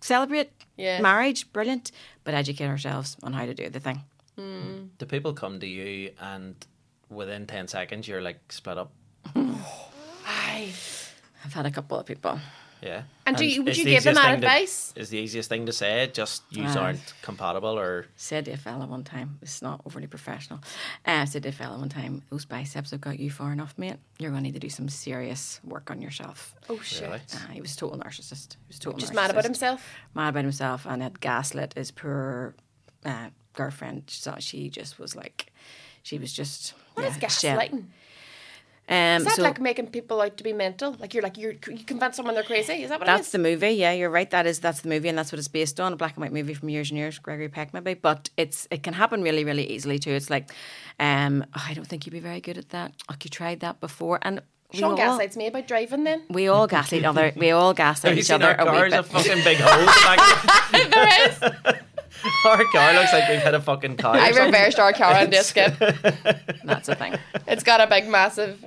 Speaker 3: Celebrate
Speaker 2: Yeah.
Speaker 3: marriage. Brilliant. But educate ourselves on how to do the thing.
Speaker 1: Do people come to you and within ten seconds you're like split up?
Speaker 2: Aye.
Speaker 3: I've had a couple of people.
Speaker 1: Yeah.
Speaker 2: And do you- would
Speaker 1: is
Speaker 2: you
Speaker 1: the
Speaker 2: give them
Speaker 1: easiest
Speaker 2: that
Speaker 1: thing to-
Speaker 2: advice?
Speaker 1: is the easiest thing to say just you
Speaker 3: Aye.
Speaker 1: aren't compatible or
Speaker 3: Said to a fella one time, it's not overly professional. Uh, said to a fella one time, those biceps have got you far enough, mate. You're going to need to do some serious work on yourself.
Speaker 2: Oh shit.
Speaker 1: really?
Speaker 3: Uh, he was a total narcissist. He was a total
Speaker 2: Just
Speaker 3: narcissist.
Speaker 2: mad about himself.
Speaker 3: mad about himself and had gaslit his poor uh, girlfriend. So she just was like, she was just.
Speaker 2: What is
Speaker 3: shell.
Speaker 2: gaslighting?
Speaker 3: Um,
Speaker 2: Is that
Speaker 3: so
Speaker 2: like making people out to be mental? Like you're like you're you convince someone they're crazy? Is that what
Speaker 3: that's
Speaker 2: it
Speaker 3: the movie. Yeah, you're right. That is that's the movie, and that's what it's based on. A black and white movie from years and years. Gregory Peck, maybe, but it's it can happen really, really easily too. It's like, um, "Oh, I don't think you'd be very good at that. Like you tried that before, and
Speaker 2: is?
Speaker 3: we
Speaker 2: Sean
Speaker 3: all,
Speaker 2: gaslights me about driving then.
Speaker 3: We all gaslight other. We all gaslight
Speaker 1: Have you
Speaker 3: each
Speaker 1: seen
Speaker 3: other.
Speaker 1: our
Speaker 3: a wee
Speaker 1: car's
Speaker 3: bit.
Speaker 1: a fucking big hole? Like,
Speaker 2: there is.
Speaker 1: our car looks like we've hit a fucking cow. or
Speaker 2: I
Speaker 1: something.
Speaker 2: reversed our car on this skip.
Speaker 3: That's a thing.
Speaker 2: It's got a big massive.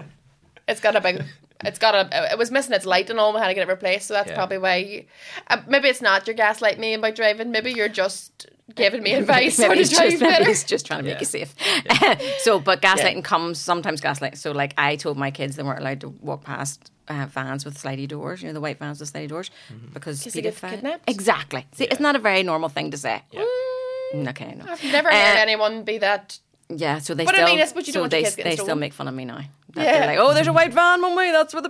Speaker 2: It's got a big. It's got a. It was missing its light and all. We had to get it replaced. So that's
Speaker 1: Yeah.
Speaker 2: probably why. You, uh, maybe it's not your gaslight me about driving. Maybe you're just giving me advice how
Speaker 3: Maybe
Speaker 2: to
Speaker 3: he's
Speaker 2: drive
Speaker 3: just, maybe
Speaker 2: better.
Speaker 3: he's just trying to make
Speaker 1: Yeah.
Speaker 3: you safe. so, but gaslighting comes sometimes gaslighting. So, like I told my kids they weren't allowed to walk past uh, vans with slidey doors. You know the white vans with slidey doors
Speaker 1: Mm-hmm.
Speaker 3: because
Speaker 2: they get
Speaker 3: paedophile-
Speaker 2: kidnapped?
Speaker 3: Exactly. See, it's not a very normal thing to say. Mm, Okay, no.
Speaker 2: I've never
Speaker 3: Uh,
Speaker 2: heard anyone be that.
Speaker 3: yeah, so they
Speaker 2: But I
Speaker 3: still.
Speaker 2: mean, that's what you
Speaker 3: so
Speaker 2: don't want your
Speaker 3: they,
Speaker 2: kids getting
Speaker 3: they still
Speaker 2: stolen.
Speaker 3: make fun of me now. That
Speaker 2: Yeah.
Speaker 3: They're like, oh, there's a white van one way. That's where the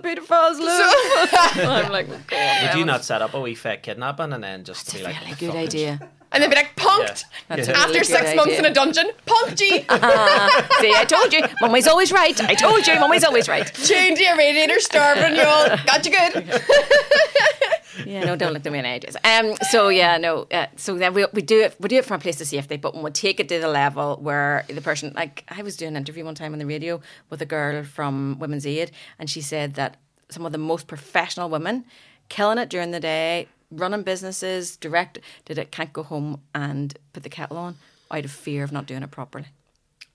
Speaker 3: paedophiles live. I'm like, oh, God.
Speaker 1: Would you not set up a wee fake kidnapping and then just to be like
Speaker 3: Really good
Speaker 1: fucking-
Speaker 3: idea.
Speaker 2: And they'd be like punked
Speaker 1: Yeah. That's a
Speaker 2: after
Speaker 3: really good
Speaker 2: six months
Speaker 3: idea.
Speaker 2: in a dungeon. Punked you.
Speaker 3: See, I told you, mummy's always right. I told you, mummy's always right.
Speaker 2: Chained to your radiator, starving you all. Got you good.
Speaker 3: Yeah, no, don't let them in ages. Um, so yeah, no. Uh, so then we, we do it we do it from a place of safety, but when we take it to the level where the person, like I was doing an interview one time on the radio with a girl from Women's Aid, and she said that some of the most professional women, killing it during the day, running businesses, direct, did it can't go home and put the kettle on out of fear of not doing it properly.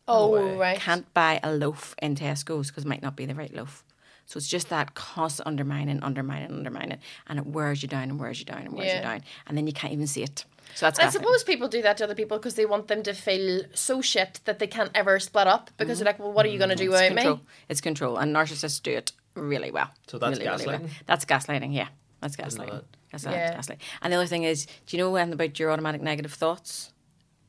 Speaker 2: Oh
Speaker 1: way.
Speaker 2: right.
Speaker 3: Can't buy a loaf in Tesco's because it might not be the right loaf. So it's just that constant undermining, undermining, undermining, and it wears you down and wears you down and wears
Speaker 2: Yeah.
Speaker 3: you down, and then you can't even see it. So that's
Speaker 2: I
Speaker 3: gaslighting.
Speaker 2: suppose people do that to other people because they want them to feel so shit that they can't ever split up because they're like, well, what are you going to do
Speaker 3: Mm-hmm. it's
Speaker 2: without
Speaker 3: control.
Speaker 2: me?
Speaker 3: It's control, and narcissists do it really well.
Speaker 1: So that's
Speaker 3: Really, really well.
Speaker 1: gaslighting?
Speaker 3: That's gaslighting. Yeah, that's gaslighting. That's
Speaker 2: Yeah.
Speaker 3: yeah. gaslighting. And the other thing is, do you know when about your automatic negative thoughts?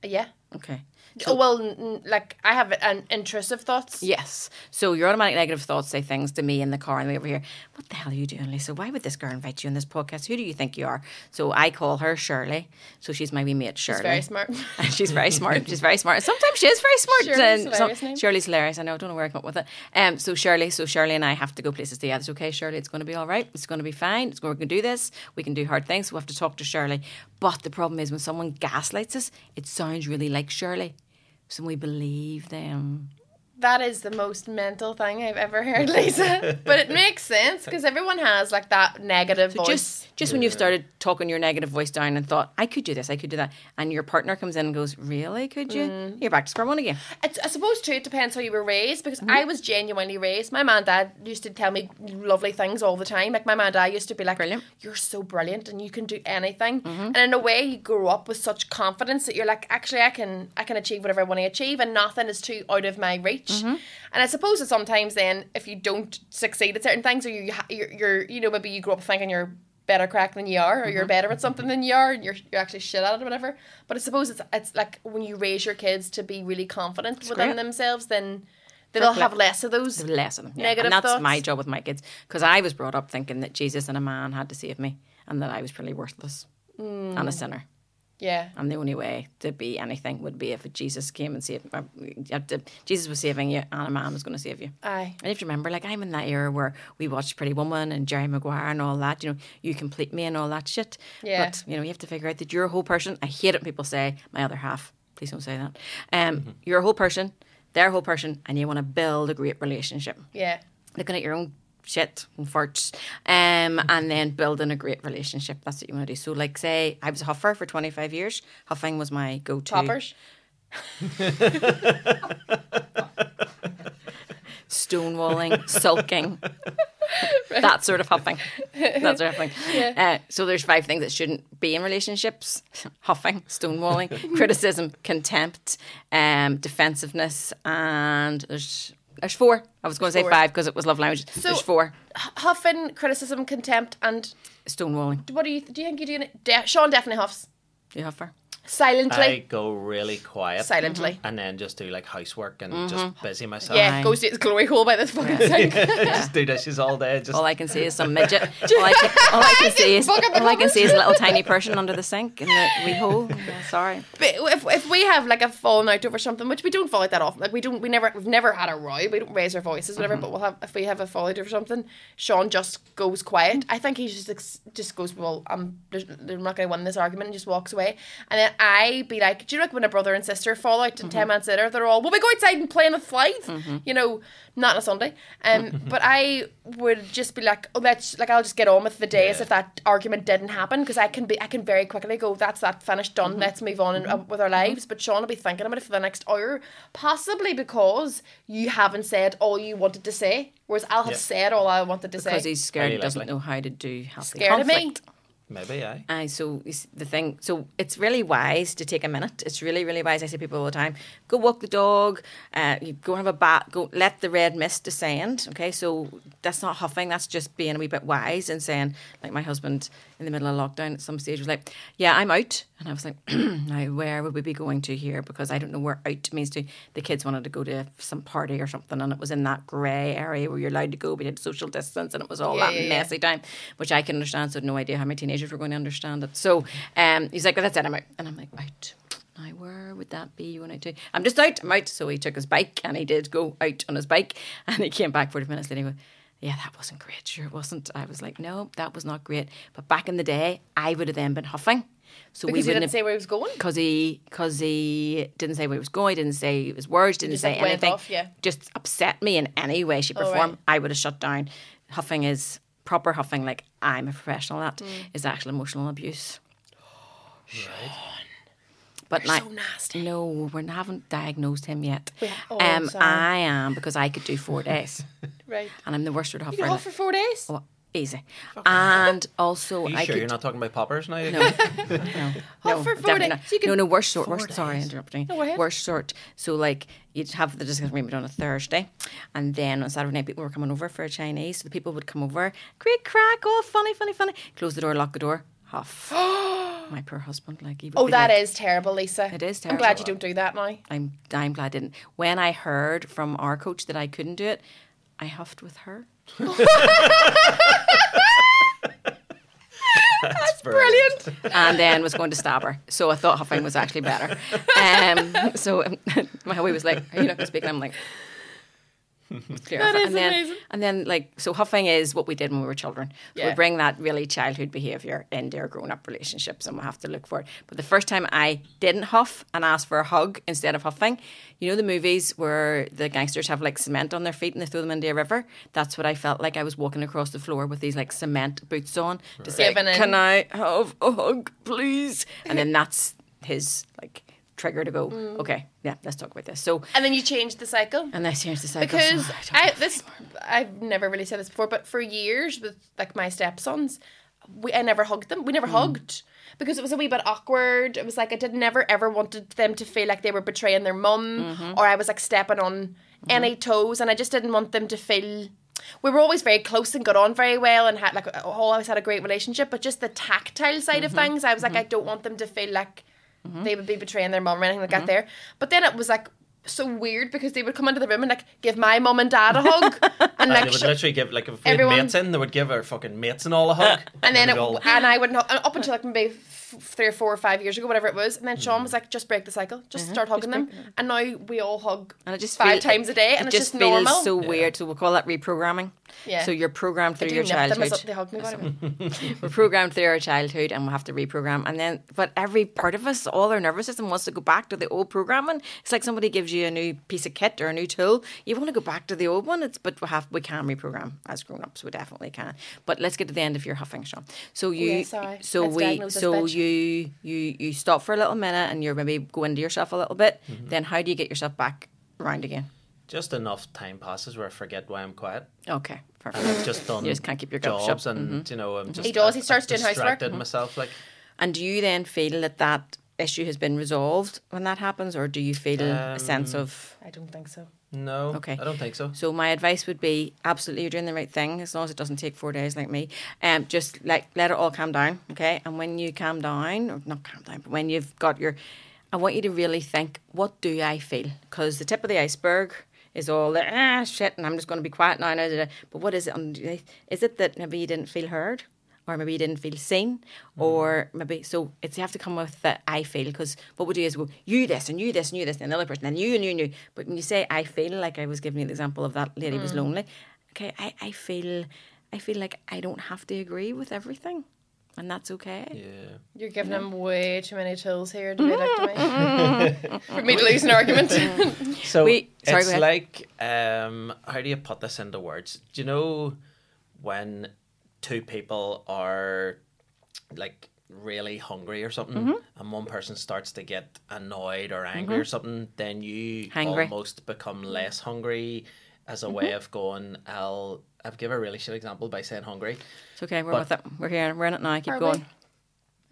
Speaker 2: Yeah.
Speaker 3: Okay.
Speaker 2: oh, well, n- n- like I have an intrusive thoughts.
Speaker 3: Yes. So your automatic negative thoughts say things to me in the car on the way over here. What the hell are you doing, Lisa? Why would this girl invite you on this podcast? Who do you think you are? So I call her Shirley. So she's my wee mate Shirley.
Speaker 2: It's very smart.
Speaker 3: And she's very smart. She's very smart. Sometimes she is very smart.
Speaker 2: Shirley's
Speaker 3: Um,
Speaker 2: hilarious name.
Speaker 3: Shirley's hilarious. I know. I don't know where I come up with it. Um, so Shirley, so Shirley and I have to go places together. It's okay, Shirley. It's going to be all right. It's going to be fine. It's going, we can do this. We can do hard things. We have to talk to Shirley. But the problem is when someone gaslights us, it sounds really like Shirley. So we believe them.
Speaker 2: that is the most mental thing I've ever heard, Lisa. but it makes sense because everyone has like that negative voice.
Speaker 3: Just just when you've started talking your negative voice down and thought, I could do this, I could do that, and your partner comes in and goes, Really? Could you?
Speaker 2: Mm-hmm.
Speaker 3: You're back to square one again.
Speaker 2: It's, I suppose too. It depends how you were raised because
Speaker 3: Mm-hmm.
Speaker 2: I was genuinely raised. My mom and dad used to tell me lovely things all the time. Like my mom and dad used to be like,
Speaker 3: Brilliant.
Speaker 2: "You're so brilliant and you can do anything." And in a way, you grow up with such confidence that you're like, "Actually, I can I can achieve whatever I want to achieve, and nothing is too out of my reach." And I suppose that sometimes then, if you don't succeed at certain things, or you ha- you're, you're you know maybe you grow up thinking you're better crack than you are, or you're better at something than you are, and you're, you're actually shit at it or whatever. But I suppose it's it's like when you raise your kids to be really confident within
Speaker 3: great.
Speaker 2: themselves, then they'll have less of those.
Speaker 3: Less of them. Yeah.
Speaker 2: Negative
Speaker 3: and that's
Speaker 2: thoughts.
Speaker 3: my job with my kids. Because I was brought
Speaker 2: Mm.
Speaker 3: up thinking that Jesus and a man had to save me and that I was pretty worthless and a sinner.
Speaker 2: Yeah.
Speaker 3: And the only way to be anything would be if Jesus came and saved. Or, uh, Jesus was saving you, and a man was going to save you.
Speaker 2: Aye.
Speaker 3: And if you remember, like I'm in that era where we watched Pretty Woman and Jerry Maguire and all that, you know, you complete me and all that shit.
Speaker 2: Yeah.
Speaker 3: But you know, you have to figure out that you're a whole person. I hate it when people say my other half. Please don't say that. Um, you're a whole person. They're a whole person, and you want to build a great relationship
Speaker 2: Yeah.
Speaker 3: looking at your own shit and farts um, and then building a great relationship that's what you want to do so like say I was a huffer for 25 years huffing was my go-to
Speaker 2: Poppers.
Speaker 3: stonewalling sulking that sort of huffing that sort of thing uh, so there's five things that shouldn't be in relationships huffing stonewalling criticism contempt um, defensiveness and there's there's four I was going to say
Speaker 2: Four.
Speaker 3: five because it was love language there's four
Speaker 2: H- Huffing, criticism, contempt, and
Speaker 3: stonewalling
Speaker 2: what do you do? You think you're doing it? De- Sean definitely huffs
Speaker 3: you
Speaker 1: I
Speaker 3: huffer
Speaker 1: Mm-hmm.
Speaker 2: silently.
Speaker 1: go really quiet
Speaker 2: silently.
Speaker 1: and then just do like housework and just busy myself.
Speaker 2: Yeah,
Speaker 3: Aye.
Speaker 2: goes to his glory hole by this fucking thing.
Speaker 1: just do dishes all day. Just
Speaker 3: All I can see is some midget. All I can, all I can see is
Speaker 2: Just bug up the
Speaker 3: all I can
Speaker 2: cupboard.
Speaker 3: see is a little tiny person under the sink in the wee hole. Yeah, sorry.
Speaker 2: But if, if we have like a falling out over something, which we don't fall out that often, like we don't, we never, we've never had a row, we don't raise our voices, whatever. But we'll have if we have a fallout over something, Sean just goes quiet. I think he just ex- just goes, well, I'm, there's- I'm not going to win this argument, and just walks away. And then I be like, do you know like when a brother and sister fall out, and ten minutes later they're all, well, we go outside and play on the slides, you know, not on a Sunday. Um, but I would just be like, oh, that's like I'll just get on with the day as
Speaker 1: Yeah.
Speaker 2: if that that argument didn't happen because I can be I can very quickly go that's that finished done
Speaker 3: Mm-hmm.
Speaker 2: let's move on and, uh, with our lives but Sean will be thinking about it for the next hour possibly because you haven't said all you wanted to say whereas I'll have
Speaker 1: Yeah.
Speaker 2: said all I wanted to
Speaker 3: Because
Speaker 2: say
Speaker 3: he's scared,
Speaker 1: Very
Speaker 3: he doesn't
Speaker 1: likely.
Speaker 3: know how to do healthy
Speaker 2: scared of me
Speaker 3: conflict.
Speaker 1: maybe I.
Speaker 3: Aye, so you see, the thing, so it's really wise to take a minute. It's really, really wise. I say to people all the time: go walk the dog, uh, you go have a bath, go let the red mist descend. Okay, so that's not huffing. That's just being a wee bit wise and saying, like my husband in the middle of lockdown at some stage was like, "Yeah, I'm out," and I was like, "Now where would we be going to here? Because I don't know where out means to." The kids wanted to go to some party or something, and it was in that grey area where you're allowed to go, but you had social distance, and it was all
Speaker 2: Yeah,
Speaker 3: that
Speaker 2: yeah, yeah.
Speaker 3: messy time, which I can understand. So I had no idea how my teenagers were going to understand it. So um, he's like, well, that's it, I'm out. And I'm like, right. Now, where would that be? You want to? I'm just out. I'm out. So he took his bike and he did go out on his bike and he came back 40 minutes later. And he went, yeah, that wasn't great. Sure, it wasn't. I was like, no, that was not great. But back in the day, I would have then been huffing.
Speaker 2: because
Speaker 3: So we
Speaker 2: he
Speaker 3: wouldn't
Speaker 2: didn't
Speaker 3: have
Speaker 2: say where he was going
Speaker 3: because he because he didn't say where he was going, didn't say his words, didn't
Speaker 2: just,
Speaker 3: say
Speaker 2: like, went
Speaker 3: anything.
Speaker 2: off, yeah.
Speaker 3: Just upset me in any way, shape, or
Speaker 2: Oh,
Speaker 3: form.
Speaker 2: right.
Speaker 3: I would have shut down. Huffing is proper huffing, like I'm a professional at,
Speaker 2: Mm.
Speaker 3: is actual emotional abuse. But
Speaker 2: You're
Speaker 3: now,
Speaker 2: so nasty.
Speaker 3: no, we haven't diagnosed him yet.
Speaker 2: We ha- oh, I'm
Speaker 3: um,
Speaker 2: sorry.
Speaker 3: I am because I could do four days,
Speaker 2: right
Speaker 3: and I'm the worst sort of
Speaker 2: you
Speaker 3: huffer.
Speaker 2: can huff for four days
Speaker 3: Oh, easy, and also
Speaker 1: Are you
Speaker 3: Oh, I
Speaker 1: sure
Speaker 3: could
Speaker 1: you're not talking about poppers now?
Speaker 3: no, no, no,
Speaker 2: for four
Speaker 3: definitely
Speaker 2: days.
Speaker 3: not.
Speaker 2: So you could-
Speaker 3: no, no, worst sort.
Speaker 2: four
Speaker 3: Worst, sorry,
Speaker 2: days.
Speaker 3: interrupting.
Speaker 2: No, go ahead.
Speaker 3: Worst sort. So like you'd have the discussion maybe on a Thursday, and then on Saturday night people were coming over for a Chinese. So the people would come over, great crack, all funny, funny, funny. Close the door, lock the door, huff. My poor husband, like he would
Speaker 2: oh
Speaker 3: be
Speaker 2: that
Speaker 3: like,
Speaker 2: is terrible Lisa
Speaker 3: It is
Speaker 2: I'm glad
Speaker 3: terrible.
Speaker 2: you don't do that now
Speaker 3: I'm, I'm glad I didn't. When I heard from our coach that I couldn't do it, I huffed with her.
Speaker 1: That's
Speaker 2: brilliant
Speaker 3: and then was going to stab her. So I thought huffing was actually better. Um, so um, my hubby was like, "Are you not going to speak?" And I'm like, clear
Speaker 2: That
Speaker 3: off it.
Speaker 2: is
Speaker 3: and then,
Speaker 2: amazing.
Speaker 3: And then, like, so huffing is what we did when we were children. So
Speaker 2: Yeah.
Speaker 3: We bring that really childhood behaviour into our grown up relationships and we have to look for it. But the first time I didn't huff and asked for a hug instead of huffing, you know, the movies where the gangsters have like cement on their feet and they throw them into a river? That's what I felt like. I was walking across the floor with these like cement boots on to say,
Speaker 2: Giving in.
Speaker 3: Can I have a hug, please? And then that's his like trigger to go,
Speaker 2: Mm.
Speaker 3: Okay, yeah, let's talk about this. So,
Speaker 2: and then you change the cycle
Speaker 3: and that's here's the cycle. So
Speaker 2: because
Speaker 3: "Oh, I don't
Speaker 2: I, this I've never really said this before, but for years with like my stepsons, we I never hugged them. We never
Speaker 3: Hmm.
Speaker 2: hugged because it was a wee bit awkward. It was like I did never ever wanted them to feel like they were betraying their mum
Speaker 3: Mm-hmm.
Speaker 2: or I was like stepping on any toes, and I just didn't want them to feel. We were always very close and got on very well, and had like always had a great relationship. But just the tactile side of
Speaker 3: Mm-hmm.
Speaker 2: things, I was like, I don't want them to feel like they would be betraying their mom or anything like
Speaker 3: Mm-hmm.
Speaker 2: that there. But then it was like so weird because they would come into the room and like give my mom and dad a hug and
Speaker 1: And
Speaker 2: like
Speaker 1: they
Speaker 2: sh-
Speaker 1: would literally give like if we had
Speaker 2: everyone-
Speaker 1: mates in, they would give our fucking mates and all a hug.
Speaker 2: and "Ah." then
Speaker 1: we'd
Speaker 2: it,
Speaker 1: all-
Speaker 2: and I wouldn't hu- and up until like maybe f- f- three or four or five years ago, whatever it was. And then
Speaker 3: Mm.
Speaker 2: Sean was like, just break the cycle, just
Speaker 3: Mm-hmm.
Speaker 2: start hugging them. And now we all hug
Speaker 3: And it just
Speaker 2: five
Speaker 3: feel-
Speaker 2: times a day,
Speaker 3: it
Speaker 2: and it's just,
Speaker 3: feels
Speaker 2: normal.
Speaker 3: so weird. So we'll call that reprogramming.
Speaker 2: Yeah.
Speaker 3: So you're programmed through
Speaker 2: Do
Speaker 3: your
Speaker 2: nip them as
Speaker 3: childhood.
Speaker 2: up- they hug me, whatever.
Speaker 3: We're programmed through our childhood, and we have to reprogram. And then, but every part of us, all our nervous system wants to go back to the old programming. It's like somebody gives you a new piece of kit or a new tool. You want to go back to the old one. It's but we have we can reprogram as grown ups. We definitely can. But let's get to the end of your huffing, Sean. So you,
Speaker 2: yeah, sorry.
Speaker 3: so
Speaker 2: Let's
Speaker 3: we,
Speaker 2: diagnose this
Speaker 3: so
Speaker 2: bitch.
Speaker 3: you, you, you stop for a little minute, and you're maybe go into yourself a little bit. Then how do you get yourself back round again?
Speaker 1: Just enough time passes where I forget why I'm quiet.
Speaker 3: Okay, perfect.
Speaker 1: And I've just done
Speaker 3: You just can't keep your
Speaker 1: jobs
Speaker 3: gobs
Speaker 1: and you know I'm just
Speaker 2: He does, he
Speaker 1: I've-
Speaker 2: starts
Speaker 1: I've
Speaker 2: doing housework.
Speaker 1: distracted myself like
Speaker 3: And do you then feel that that issue has been resolved when that happens, or do you feel a sense of?
Speaker 2: I don't think so.
Speaker 1: no.
Speaker 3: Okay.
Speaker 1: I don't think so.
Speaker 3: So my advice would be absolutely you're doing the right thing as long as it doesn't take four days like me. Um, just like let it all calm down, okay? And when you calm down, or not calm down, but when you've got your, I want you to really think, what do I feel? Because the tip of the iceberg is all the ah shit, and I'm just going to be quiet now. now, now, now." But what is it underneath? Is it that maybe you didn't feel heard? or maybe you didn't feel seen,
Speaker 2: Mm.
Speaker 3: or maybe so it's you have to come with the I feel because what we do is we you this and you this and you this and the other person and you and you and you. But when you say I feel like I was giving you the example of that lady
Speaker 2: Mm.
Speaker 3: was lonely, okay, I, I feel I feel like I don't have to agree with everything, and that's okay.
Speaker 1: Yeah.
Speaker 2: You're giving him way too many tools here to be like to me.
Speaker 3: Mm-hmm.
Speaker 2: For me to lose an argument.
Speaker 1: So
Speaker 3: We- sorry,
Speaker 1: it's
Speaker 3: go ahead.
Speaker 1: like um, how do you put this into words? Do you know when two people are like really hungry or something,
Speaker 3: Mm-hmm.
Speaker 1: and one person starts to get annoyed or angry or something, then you
Speaker 3: Hangry. Mm-hmm.
Speaker 1: almost become less hungry as a way of going. I'll I'll give a really shit example by saying hungry.
Speaker 3: It's okay. We're
Speaker 1: But-
Speaker 3: with it. We're here. We're in it now. Keep
Speaker 2: Are we?
Speaker 3: going.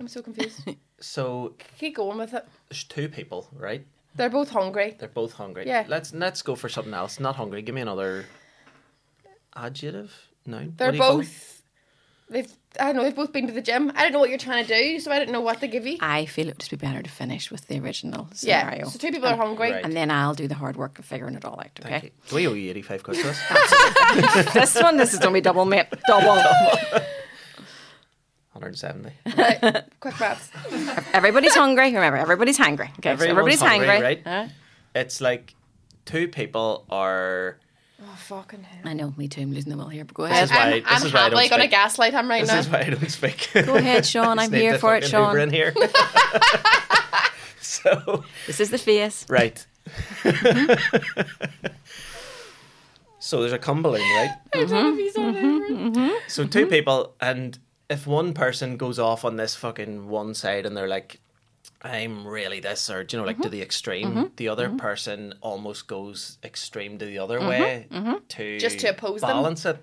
Speaker 2: I'm so confused.
Speaker 1: So
Speaker 2: Keep going with it.
Speaker 1: there's two people, right?
Speaker 2: They're both hungry.
Speaker 1: They're both hungry.
Speaker 2: Yeah.
Speaker 1: Let's let's go for something else. Not hungry. Give me another adjective. No.
Speaker 2: They're both. They've. I don't know. They've both been to the gym. I don't know what you're trying to do, so I don't know what to give you.
Speaker 3: I feel it would just be better to finish with the original scenario.
Speaker 2: Yeah. So two people are hungry.
Speaker 1: Um, Right.
Speaker 3: and then I'll do the hard work of figuring it all out. Okay.
Speaker 1: Okay. Do we owe you eighty five quid for this?
Speaker 3: this one, this is gonna be double, mate. Double.
Speaker 1: Hundred and seventy.
Speaker 2: Quick maths.
Speaker 3: Everybody's hungry. Remember, everybody's hungry. Okay, so everybody's hungry,
Speaker 1: right?
Speaker 3: Huh?
Speaker 1: It's like two people are
Speaker 2: Oh fucking hell.
Speaker 3: I know, me too. I'm losing the will here, but go
Speaker 1: This
Speaker 3: ahead.
Speaker 1: is why- this
Speaker 2: I'm, I'm
Speaker 1: is why I don't
Speaker 2: happily going to
Speaker 1: speak.
Speaker 2: gaslight him right
Speaker 1: this
Speaker 2: now.
Speaker 1: is why I don't speak.
Speaker 3: Go ahead, Sean. I'm here for it, Sean.
Speaker 1: In here. so
Speaker 3: This is the face.
Speaker 1: right. so there's a Cumberland, right?
Speaker 2: I don't know if he's
Speaker 3: Mm-hmm.
Speaker 2: on it.
Speaker 1: So
Speaker 2: Mm-hmm.
Speaker 1: 2 people, and if one person goes off on this fucking one side and they're like, I'm really this, or do you know, like to
Speaker 2: Mm-hmm.
Speaker 1: the extreme, the other person almost goes extreme to the other way to
Speaker 2: Mm-hmm. Just to oppose them. Mm, Mm-hmm.
Speaker 1: balance it.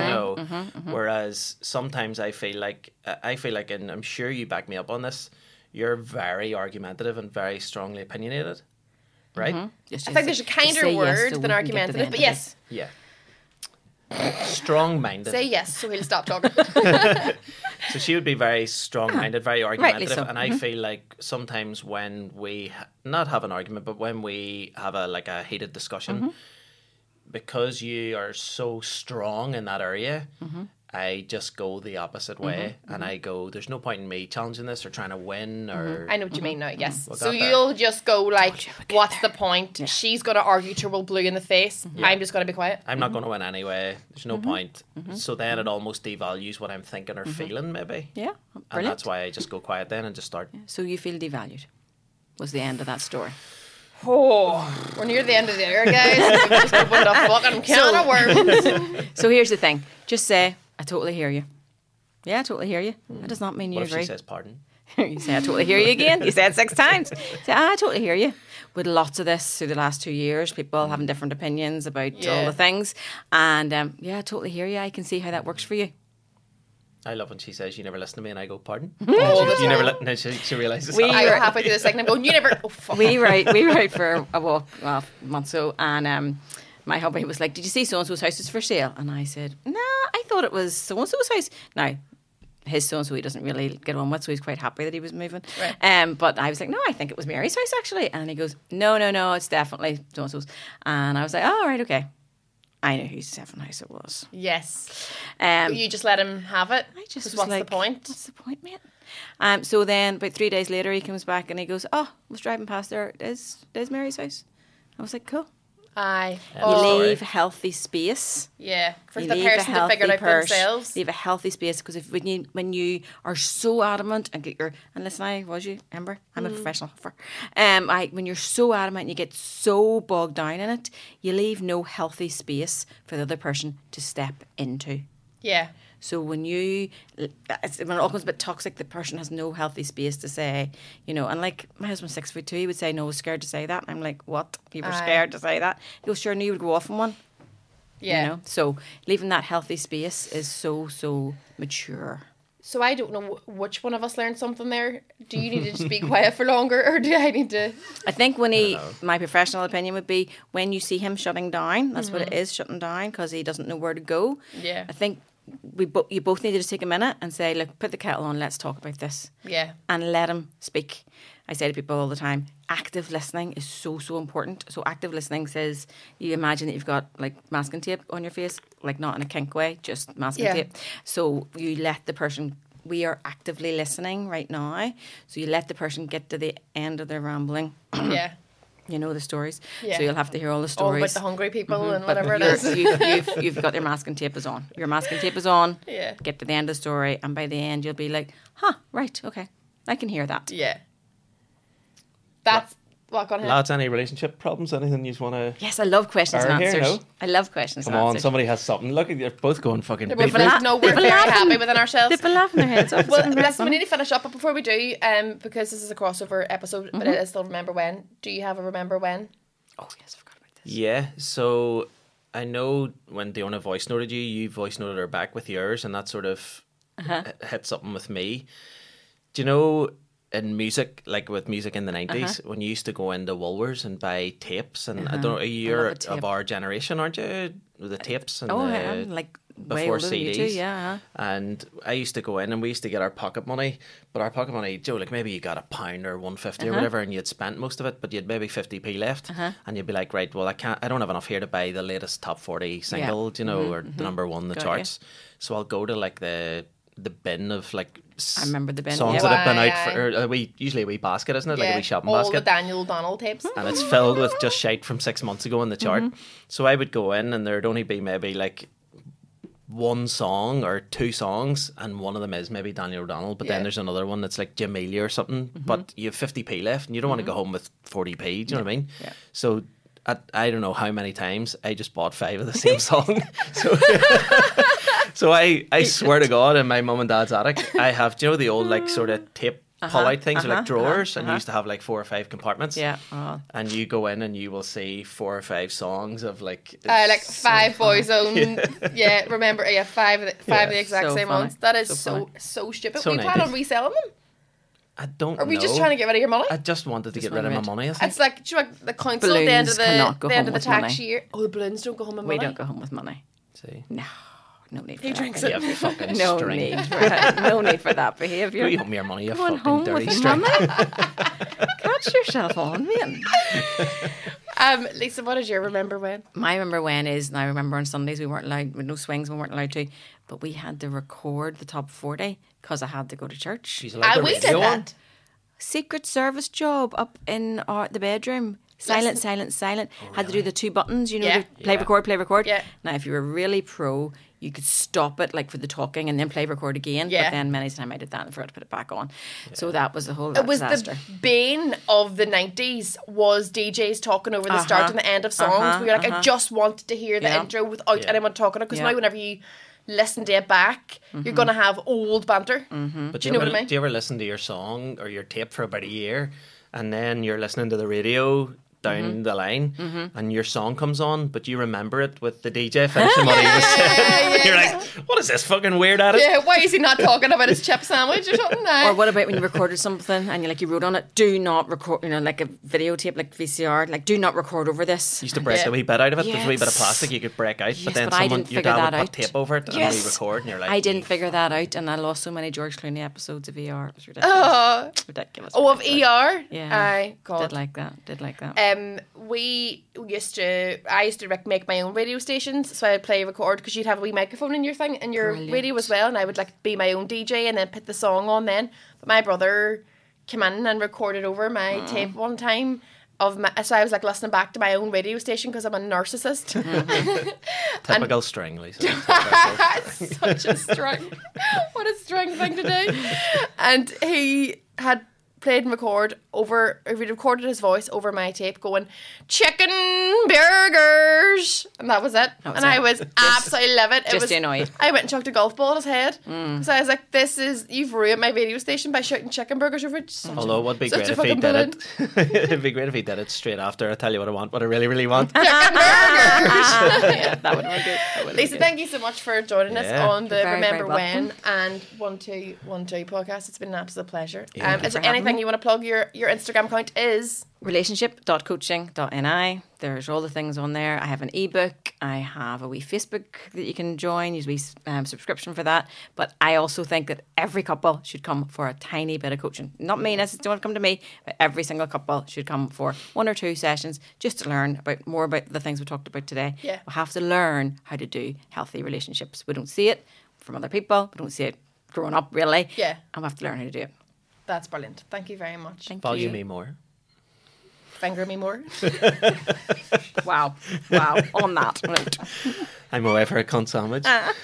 Speaker 1: You know, whereas sometimes I feel like I feel like, and I'm sure you back me up on this. You're very argumentative and very strongly opinionated, right?
Speaker 3: Yes,
Speaker 2: I
Speaker 3: yes,
Speaker 2: think there's a
Speaker 3: yes. Just
Speaker 2: kinder
Speaker 3: say yes so
Speaker 2: word
Speaker 3: we
Speaker 2: than
Speaker 3: can get to the
Speaker 2: argumentative,
Speaker 3: end
Speaker 2: but
Speaker 3: of
Speaker 2: yes,
Speaker 1: Yeah. Strong minded.
Speaker 2: say yes, so he'll stop talking.
Speaker 1: So she would be very strong-minded, very argumentative,
Speaker 3: Ah, so. Mm-hmm.
Speaker 1: and I feel like sometimes when we ha- not have an argument, but when we have a like a heated discussion,
Speaker 3: Mm-hmm.
Speaker 1: because you are so strong in that area,
Speaker 3: Mm-hmm.
Speaker 1: I just go the opposite way, and I go, "There's no point in me challenging this or trying to win." Or
Speaker 3: Mm-hmm.
Speaker 2: I know what you mean now, yes. so
Speaker 1: got Mm-hmm. there.
Speaker 2: you'll just go like, what's the point? She's going to argue to roll blue in the face.
Speaker 3: Mm-hmm.
Speaker 2: I'm just going to be quiet.
Speaker 1: I'm not going to win anyway. There's no point.
Speaker 3: Mm-hmm.
Speaker 1: So then it almost devalues what I'm thinking or feeling, maybe.
Speaker 3: it. Mm-hmm. Yeah,
Speaker 1: And
Speaker 3: brilliant.
Speaker 1: that's why I just go quiet then and just start.
Speaker 3: So you feel devalued. Was the end of that story.
Speaker 2: Oh, we're near the end of the air, guys. We just opened a fucking can of worms.
Speaker 3: So here's the thing. Just say, I totally hear you. Yeah, I totally hear you. That does not mean you
Speaker 1: What if
Speaker 3: agree.
Speaker 1: she says pardon?
Speaker 3: you say, I totally hear you again. You said six times. Say, "Ah, I totally hear you. With lots of this through the last two years, people having different opinions about all
Speaker 2: Yeah.
Speaker 3: the things. And um, yeah, I totally hear you. I can see how that works for you.
Speaker 1: I love when she says, "You never listen to me," and I go, "Pardon."
Speaker 2: All the
Speaker 1: you never.
Speaker 2: time.
Speaker 1: Li- no, she, she realizes.
Speaker 3: We-
Speaker 1: that.
Speaker 2: I go halfway through the second, I'm going, you never. Oh, fuck.
Speaker 3: we write we write for a walk well, a month so and um my hubby was like, Did you see so and so's house is for sale? And I said, Nah, I thought it was so and so's house. Now his so and so he doesn't really get on with, so he's quite happy that he was moving.
Speaker 2: Right.
Speaker 3: Um, but I was like, No, I think it was Mary's house actually. And he goes, No, no, no, it's definitely so and so's. And I was like, Oh, all right, okay. I knew whose seven house it was.
Speaker 2: Yes.
Speaker 3: Um,
Speaker 2: You just let him have it.
Speaker 3: I just was
Speaker 2: what's
Speaker 3: like,
Speaker 2: the point?
Speaker 3: What's the point, mate? Um, so then about three days later, he comes back and he goes, "Oh, I was driving past there. It is it is Mary's house." I was like, "Cool."
Speaker 2: Aye.
Speaker 3: You
Speaker 1: Oh.
Speaker 3: leave healthy space.
Speaker 2: Yeah. For
Speaker 3: You
Speaker 2: the
Speaker 3: leave a
Speaker 2: person to figure it
Speaker 3: healthy
Speaker 2: out for
Speaker 3: pers-
Speaker 2: themselves.
Speaker 3: Leave a healthy space because if when you when you are so adamant and get your and listen, I was you Amber. I'm
Speaker 2: Mm.
Speaker 3: a professional huffer. Um, I when you're so adamant and you get so bogged down in it, you leave no healthy space for the other person to step into.
Speaker 2: Yeah.
Speaker 3: So when you it's, when it all goes a bit toxic, the person has no healthy space to say, you know. And like my husband's six foot two, he would say, "No, I was scared to say that." And I'm like, "What? You were
Speaker 2: Aye.
Speaker 3: scared to say that?" He goes, "Sure, I knew you would go off on one."
Speaker 2: Yeah.
Speaker 3: You know? So leaving that healthy space is so, so mature.
Speaker 2: So I don't know wh- which one of us learned something there. Do you need to just be quiet for longer, or do I need to?
Speaker 3: I think when he, my professional opinion would be when you see him shutting down, that's what it is, shutting down because he doesn't know where to go.
Speaker 2: Mm-hmm. Yeah.
Speaker 3: I think we bo- you both need to just take a minute and say, look, put the kettle on, let's talk about this.
Speaker 2: Yeah.
Speaker 3: and let them speak. I say to people all the time, active listening is so, so important. So, active listening says you imagine that you've got like masking tape on your face, like not in a kink way, just masking
Speaker 2: Yeah.
Speaker 3: tape. So, you let the person, we are actively listening right now. So, you let the person get to the end of their rambling.
Speaker 2: Yeah.
Speaker 3: You know the stories.
Speaker 2: Yeah.
Speaker 3: So, you'll have to hear all the
Speaker 2: All
Speaker 3: stories. Mm-hmm.
Speaker 2: about the hungry people and
Speaker 3: But
Speaker 2: whatever it
Speaker 3: you're-
Speaker 2: is.
Speaker 3: You've, you've, you've got your masking tape is on. Your masking tape is on.
Speaker 2: Yeah.
Speaker 3: Get to the end of the story, and by the end, you'll be like, huh, right, okay, I can hear that.
Speaker 2: Yeah. That's what gonna happen.
Speaker 1: Lads, any relationship problems? Anything you just want to?
Speaker 3: Yes, I love questions
Speaker 1: Are
Speaker 3: and
Speaker 1: here,
Speaker 3: answers.
Speaker 1: no?
Speaker 3: I love questions
Speaker 1: Come
Speaker 3: and
Speaker 1: on,
Speaker 3: answers.
Speaker 1: somebody has something. Look, they're both going fucking.
Speaker 2: We're
Speaker 1: beep,
Speaker 2: both
Speaker 1: beep.
Speaker 2: no, we're
Speaker 3: They've been
Speaker 2: very happy
Speaker 3: laughing.
Speaker 2: within ourselves.
Speaker 3: They've been laughing their heads off.
Speaker 2: Well, listen, we need to finish up, but before we do, um, because this is a crossover episode, but
Speaker 3: Mm-hmm.
Speaker 2: it is still remember when. Do you have a remember when?
Speaker 3: oh yes, I forgot about this.
Speaker 1: Yeah, so I know when Diona voice noted you, you voice noted her back with yours, and that sort of
Speaker 3: Uh-huh.
Speaker 1: h- hit something with me. Do you know in music, like with music in the 90s,
Speaker 3: Uh-huh.
Speaker 1: when you used to go into Woolworths and buy tapes, and I don't know, you're
Speaker 3: love a
Speaker 1: of
Speaker 3: tape.
Speaker 1: our generation, aren't you? With the tapes and
Speaker 3: Oh,
Speaker 1: the,
Speaker 3: I am like way
Speaker 1: before
Speaker 3: older than you
Speaker 1: CDs.
Speaker 3: two, yeah. uh-huh.
Speaker 1: And I used to go in and we used to get our pocket money, but our pocket money, Joe, like maybe you got a pound or one
Speaker 3: Uh-huh.
Speaker 1: or whatever, and you'd spent most of it, but you'd maybe fifty p left, and you'd be like, right, well, I can't, I don't have enough here to buy the latest top forty single, do you know, or the number one in the
Speaker 3: Mm-hmm, Got ya.
Speaker 1: charts. So I'll go to like the the bin of like s-
Speaker 3: I remember the bin,
Speaker 1: songs
Speaker 3: yeah. Oh,
Speaker 1: that have been
Speaker 2: Aye,
Speaker 1: out for or a wee, usually a wee basket, isn't it? Like a wee shopping
Speaker 2: All the
Speaker 1: basket
Speaker 2: Daniel Donald tapes.
Speaker 3: Mm-hmm.
Speaker 1: and it's filled with just shite from six months ago in the chart. So I would go in and there'd only be maybe like one song or two songs, and one of them is maybe Daniel O'Donnell, but
Speaker 2: Yeah.
Speaker 1: then there's another one that's like Jamelia or something.
Speaker 3: Mm-hmm.
Speaker 1: But you have 50p left and you don't want to go home with 40p, do you know what I mean?
Speaker 3: Yeah.
Speaker 1: So I, I don't know how many times I just bought five of the same song. So. So I, I swear to God, in my mum and dad's attic, I have, do you know the old like sort of tape pull out things or like drawers? and you used to have like four or five compartments.
Speaker 3: Uh-huh. Yeah. Oh.
Speaker 1: And you go in and you will see four or five songs of like.
Speaker 2: Uh, like
Speaker 1: s-
Speaker 2: five boys own. Yeah. remember? Yeah, five of the, five of the exact
Speaker 3: So
Speaker 2: same
Speaker 3: funny.
Speaker 2: ones. That is
Speaker 3: So
Speaker 2: so so, stupid.
Speaker 1: So
Speaker 2: we plan
Speaker 1: nice.
Speaker 2: on reselling them.
Speaker 1: I don't
Speaker 2: Are we
Speaker 1: know.
Speaker 2: just trying to get rid of your money?
Speaker 1: I just wanted to get rid of my
Speaker 3: wanted-
Speaker 1: money. I think.
Speaker 2: It's like do you know, the council at the end of
Speaker 3: Balloons
Speaker 2: the,
Speaker 3: cannot go
Speaker 2: the end of
Speaker 3: home
Speaker 2: the
Speaker 3: with
Speaker 2: tax
Speaker 3: money.
Speaker 2: year. Oh, the balloons don't go home in
Speaker 3: We
Speaker 2: money.
Speaker 3: don't go home with money.
Speaker 1: See.
Speaker 3: No, no need. For
Speaker 2: He
Speaker 3: that
Speaker 2: drinks
Speaker 1: You
Speaker 2: it.
Speaker 1: fucking
Speaker 3: No
Speaker 1: string.
Speaker 3: need. For that. No need for that behaviour.
Speaker 1: You owe me your money, you
Speaker 3: Going
Speaker 1: fucking
Speaker 3: home
Speaker 1: dirty
Speaker 3: with
Speaker 1: string.
Speaker 3: money. Catch yourself on, man.
Speaker 2: Um, Lisa, what is your remember when?
Speaker 3: My remember when is, and I remember on Sundays we weren't allowed with no swings, we weren't allowed to, but we had to record the top forty because I had to go to church.
Speaker 1: She's
Speaker 2: Ah,
Speaker 1: allowed to
Speaker 2: we did
Speaker 1: radio on.
Speaker 2: that.
Speaker 3: Secret Service job up in our the bedroom. Silent, silent, silent. Had to do the two buttons, you know,
Speaker 2: Oh, Yeah.
Speaker 3: the play,
Speaker 1: Yeah.
Speaker 3: record, play, record.
Speaker 2: Yeah.
Speaker 3: Now, if you were really pro, you could stop it like for the talking and then play, record again.
Speaker 2: Yeah.
Speaker 3: But then many times I did that and forgot to put it back on. So that was the whole
Speaker 2: It was
Speaker 3: disaster.
Speaker 2: the bane of the nineties was DJs talking over the start
Speaker 3: Uh-huh,
Speaker 2: and the end of songs.
Speaker 3: uh-huh,
Speaker 2: we were like, I
Speaker 3: uh-huh.
Speaker 2: just wanted to hear the
Speaker 3: Yeah.
Speaker 2: intro without
Speaker 1: Yeah.
Speaker 2: anyone talking it. Because
Speaker 3: Yeah. Mm-hmm.
Speaker 2: now, whenever you listen to it back, you're gonna have old banter.
Speaker 1: But do
Speaker 2: Do you
Speaker 1: you,
Speaker 2: know
Speaker 1: ever,
Speaker 2: what I mean?
Speaker 1: do you ever listen to your song or your tape for about a year, and then you're listening to the radio down
Speaker 2: Mm-hmm.
Speaker 1: the line, and your song comes on, but you remember it with the DJ finishing what he was saying. you're like, what is this fucking weird at it?
Speaker 2: Yeah, why is he not talking about his chip sandwich or something?
Speaker 3: Or
Speaker 2: Aye.
Speaker 3: what about when you recorded something and you like you wrote on it, do not record, you know, like a videotape, like VCR, like do not record over this.
Speaker 1: used to break
Speaker 2: Yeah.
Speaker 1: a wee bit out of it. There's a wee bit of
Speaker 3: Yes.
Speaker 1: plastic you could break out,
Speaker 3: Yes,
Speaker 1: but then
Speaker 3: but I
Speaker 1: someone
Speaker 3: didn't
Speaker 1: your
Speaker 3: figure
Speaker 1: dad
Speaker 3: that
Speaker 1: would put
Speaker 3: out.
Speaker 1: tape over it and re-record, and you're like,
Speaker 3: I didn't
Speaker 1: "Ye-
Speaker 3: figure that out, and I lost so many George Clooney episodes of ER. It was ridiculous.
Speaker 2: Oh.
Speaker 3: ridiculous.
Speaker 2: Oh, of
Speaker 3: ridiculous.
Speaker 2: ER.
Speaker 3: Yeah.
Speaker 2: Aye, God.
Speaker 3: Did like that. Did like that.
Speaker 2: Uh, Um, we used to, I used to rec- make my own radio stations, so I'd play record because you'd have a wee microphone in your thing and your
Speaker 3: Brilliant.
Speaker 2: radio as well, and I would like be my own DJ and then put the song on then. But my brother came in and recorded over my tape one time. Of my, so I was like listening back to my own radio station because I'm a narcissist.
Speaker 1: Typical strangly. so-
Speaker 2: Such a strong, what a strong thing to do. And he had played and record over, he recorded his voice over my tape going, chicken burgers. And that was it.
Speaker 3: was
Speaker 2: and
Speaker 3: it.
Speaker 2: I was absolutely love it. It
Speaker 3: just Mm.
Speaker 2: was,
Speaker 3: to annoy you.
Speaker 2: I went and chucked a golf ball at his head. So I was like, this is, you've ruined my video station by shouting chicken burgers over it.
Speaker 3: Oh.
Speaker 2: Such a-
Speaker 1: Although it would be
Speaker 2: such
Speaker 1: great
Speaker 2: a
Speaker 1: if he
Speaker 2: fucking
Speaker 1: did it. it'd be great if he did it straight after. I tell you what I want, what I really, really want.
Speaker 2: chicken burgers.
Speaker 3: that would have been good.
Speaker 2: Lisa, thank you so much for joining
Speaker 1: Yeah.
Speaker 2: us on the
Speaker 3: You're very,
Speaker 2: Remember
Speaker 3: very welcome.
Speaker 2: When and One Two One Two podcast. It's been an absolute pleasure. um,
Speaker 1: Thank you
Speaker 2: is there
Speaker 3: for having
Speaker 2: anything
Speaker 3: me.
Speaker 2: you want to plug? Your your Instagram account is
Speaker 3: relationship.coaching.ni. There's all the things on there. I have an ebook. I have a wee Facebook that you can join. Use a wee um, subscription for that. But I also think that every couple should come for a tiny bit of coaching. Not me necessarily don't come to me, but every single couple should come for one or two sessions just to learn about more about the things we talked about today.
Speaker 2: Yeah.
Speaker 3: We have to learn how to do healthy relationships. We don't see it from other people. We don't see it growing up really.
Speaker 2: Yeah.
Speaker 3: And we have to learn how to do it.
Speaker 2: that's brilliant. Thank you very much.
Speaker 3: Thank
Speaker 1: Value
Speaker 3: you.
Speaker 1: me more.
Speaker 2: Finger me more.
Speaker 3: Wow. Wow. on that.
Speaker 1: I'm away for a cunt sandwich.